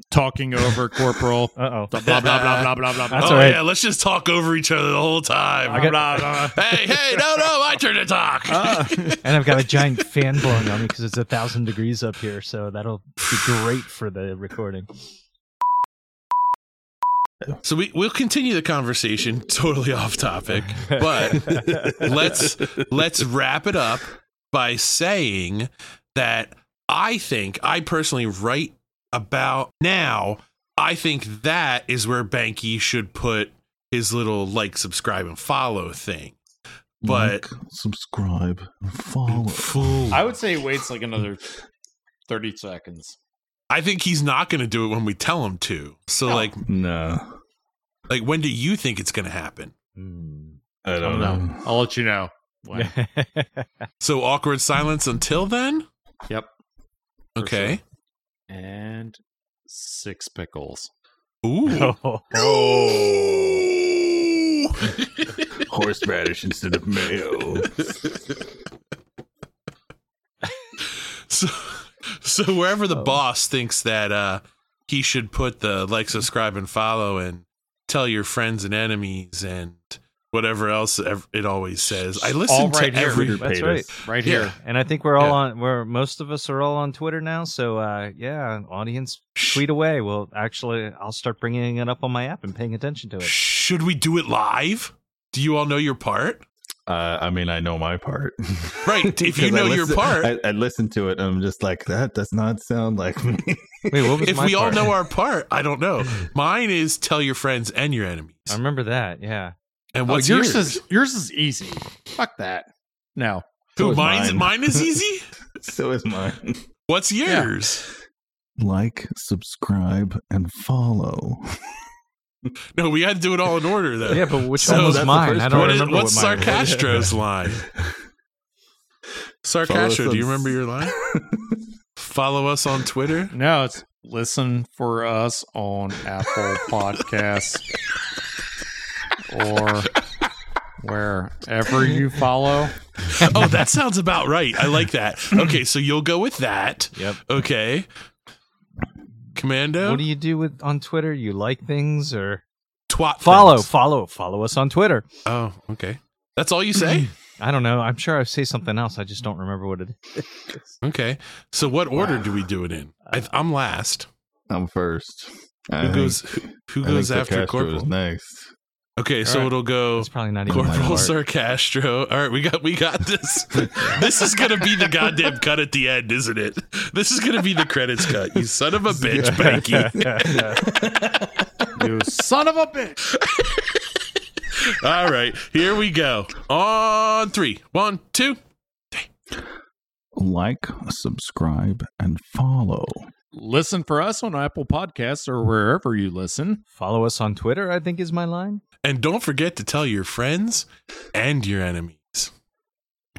[SPEAKER 6] Talking over Corporal.
[SPEAKER 4] Uh oh.
[SPEAKER 6] Blah blah blah blah blah blah blah.
[SPEAKER 4] That's
[SPEAKER 6] blah.
[SPEAKER 2] oh
[SPEAKER 4] all right.
[SPEAKER 2] yeah, let's just talk over each other the whole time.
[SPEAKER 4] I got- Ah.
[SPEAKER 2] Blah, blah, blah. hey, hey, no, no, my turn to talk.
[SPEAKER 4] And I've got a giant fan blowing on me because it's a thousand degrees up here, so that'll be great for the recording.
[SPEAKER 2] so we we'll continue the conversation totally off topic, but let's let's wrap it up by saying that I think I personally right about now. I think that is where Banky should put his little like, subscribe, and follow thing. But
[SPEAKER 3] Like, subscribe, and follow.
[SPEAKER 2] Fool.
[SPEAKER 6] I would say it waits like another thirty seconds.
[SPEAKER 2] I think he's not going to do it when we tell him to. So like
[SPEAKER 3] No,
[SPEAKER 2] like when do you think it's going to happen?
[SPEAKER 5] Hmm.
[SPEAKER 3] I
[SPEAKER 6] I
[SPEAKER 3] don't know.
[SPEAKER 6] I'll let you know. When.
[SPEAKER 2] So awkward silence until then?
[SPEAKER 5] Yep.
[SPEAKER 2] Okay.
[SPEAKER 5] And six pickles.
[SPEAKER 2] Ooh.
[SPEAKER 4] Oh,
[SPEAKER 3] Horseradish instead of mayo.
[SPEAKER 2] So so wherever the boss thinks that uh he should put the like subscribe and follow and tell your friends and enemies and whatever else ev- it always says. I
[SPEAKER 6] All
[SPEAKER 2] listen
[SPEAKER 6] right
[SPEAKER 2] to
[SPEAKER 6] here.
[SPEAKER 2] every
[SPEAKER 4] That's right.
[SPEAKER 6] Right
[SPEAKER 2] Yeah.
[SPEAKER 6] here.
[SPEAKER 4] And I think we're all
[SPEAKER 2] Yeah.
[SPEAKER 4] on. We're most of us are all on Twitter now. So uh, yeah, audience, tweet away. Well, actually, I'll start bringing it up on my app and paying attention to it.
[SPEAKER 2] Should we do it live? Do you all know your part?
[SPEAKER 3] Uh, I mean, I know my part.
[SPEAKER 2] Right, if you
[SPEAKER 3] 'Cause I
[SPEAKER 2] know your
[SPEAKER 3] listen-
[SPEAKER 2] part.
[SPEAKER 3] I, I listened to it. and I'm just like that. Does not sound like me.
[SPEAKER 4] Wait, what was
[SPEAKER 2] if
[SPEAKER 4] my
[SPEAKER 2] we
[SPEAKER 4] part?
[SPEAKER 2] all know our part, I don't know. Mine is tell your friends and your enemies.
[SPEAKER 4] I remember that. Yeah.
[SPEAKER 2] And
[SPEAKER 6] Oh,
[SPEAKER 2] what's
[SPEAKER 6] yours,
[SPEAKER 2] yours?
[SPEAKER 6] is yours is easy. Fuck that. No.
[SPEAKER 3] So
[SPEAKER 2] Who
[SPEAKER 3] is
[SPEAKER 2] mine's
[SPEAKER 3] mine.
[SPEAKER 2] mine. is easy?
[SPEAKER 3] so is mine.
[SPEAKER 2] What's
[SPEAKER 6] Yeah.
[SPEAKER 2] yours?
[SPEAKER 3] Like, subscribe, and follow.
[SPEAKER 2] No, we had to do it all in order though.
[SPEAKER 4] Yeah, but which
[SPEAKER 2] So
[SPEAKER 4] one was
[SPEAKER 3] that's the
[SPEAKER 4] mine?
[SPEAKER 3] first
[SPEAKER 4] I don't
[SPEAKER 2] What is-
[SPEAKER 4] remember
[SPEAKER 2] what's
[SPEAKER 4] what mine was.
[SPEAKER 2] Sarcastro's line?
[SPEAKER 3] Follow us
[SPEAKER 2] Sarcastro,
[SPEAKER 3] on
[SPEAKER 2] do you remember
[SPEAKER 3] s-
[SPEAKER 2] your line? Follow us on Twitter.
[SPEAKER 6] No, it's listen for us on Apple Podcasts or wherever you follow.
[SPEAKER 2] Oh, that sounds about right. I like that. Okay, so you'll go with that.
[SPEAKER 4] Yep.
[SPEAKER 2] Okay. Commando,
[SPEAKER 4] What do you do with on Twitter? You like things or
[SPEAKER 2] twat
[SPEAKER 4] follow,
[SPEAKER 2] things.
[SPEAKER 4] follow, follow us on Twitter.
[SPEAKER 2] Oh, okay. That's all you say?
[SPEAKER 4] I don't know. I'm sure I say something else. I just don't remember what it is.
[SPEAKER 2] Okay. So what order do we do it in? I, I'm last.
[SPEAKER 3] I'm first.
[SPEAKER 2] Who goes? Who
[SPEAKER 3] I think
[SPEAKER 2] goes
[SPEAKER 3] the
[SPEAKER 2] after
[SPEAKER 3] Castro is
[SPEAKER 2] Corporal?
[SPEAKER 3] next?
[SPEAKER 2] Okay, so
[SPEAKER 4] right.
[SPEAKER 2] it'll go
[SPEAKER 4] It's probably not even my
[SPEAKER 2] Corporal
[SPEAKER 4] part.
[SPEAKER 2] Sir Castro. All right, we got we got this. this is gonna be the goddamn cut at the end, isn't it? This is gonna be the credits cut. You son of a bitch, Banky.
[SPEAKER 5] You
[SPEAKER 6] Son of a bitch.
[SPEAKER 2] All right, here we go. On three, one, two.
[SPEAKER 3] Like, subscribe, and follow.
[SPEAKER 5] listen for us on Apple Podcasts or wherever you listen.
[SPEAKER 4] Follow us on Twitter, I think is my line.
[SPEAKER 2] And don't forget to tell your friends and your enemies.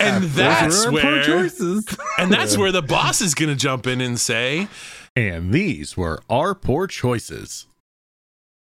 [SPEAKER 2] and that's where
[SPEAKER 3] choices.
[SPEAKER 2] and that's where the boss is gonna jump in and say
[SPEAKER 1] And these were our poor choices.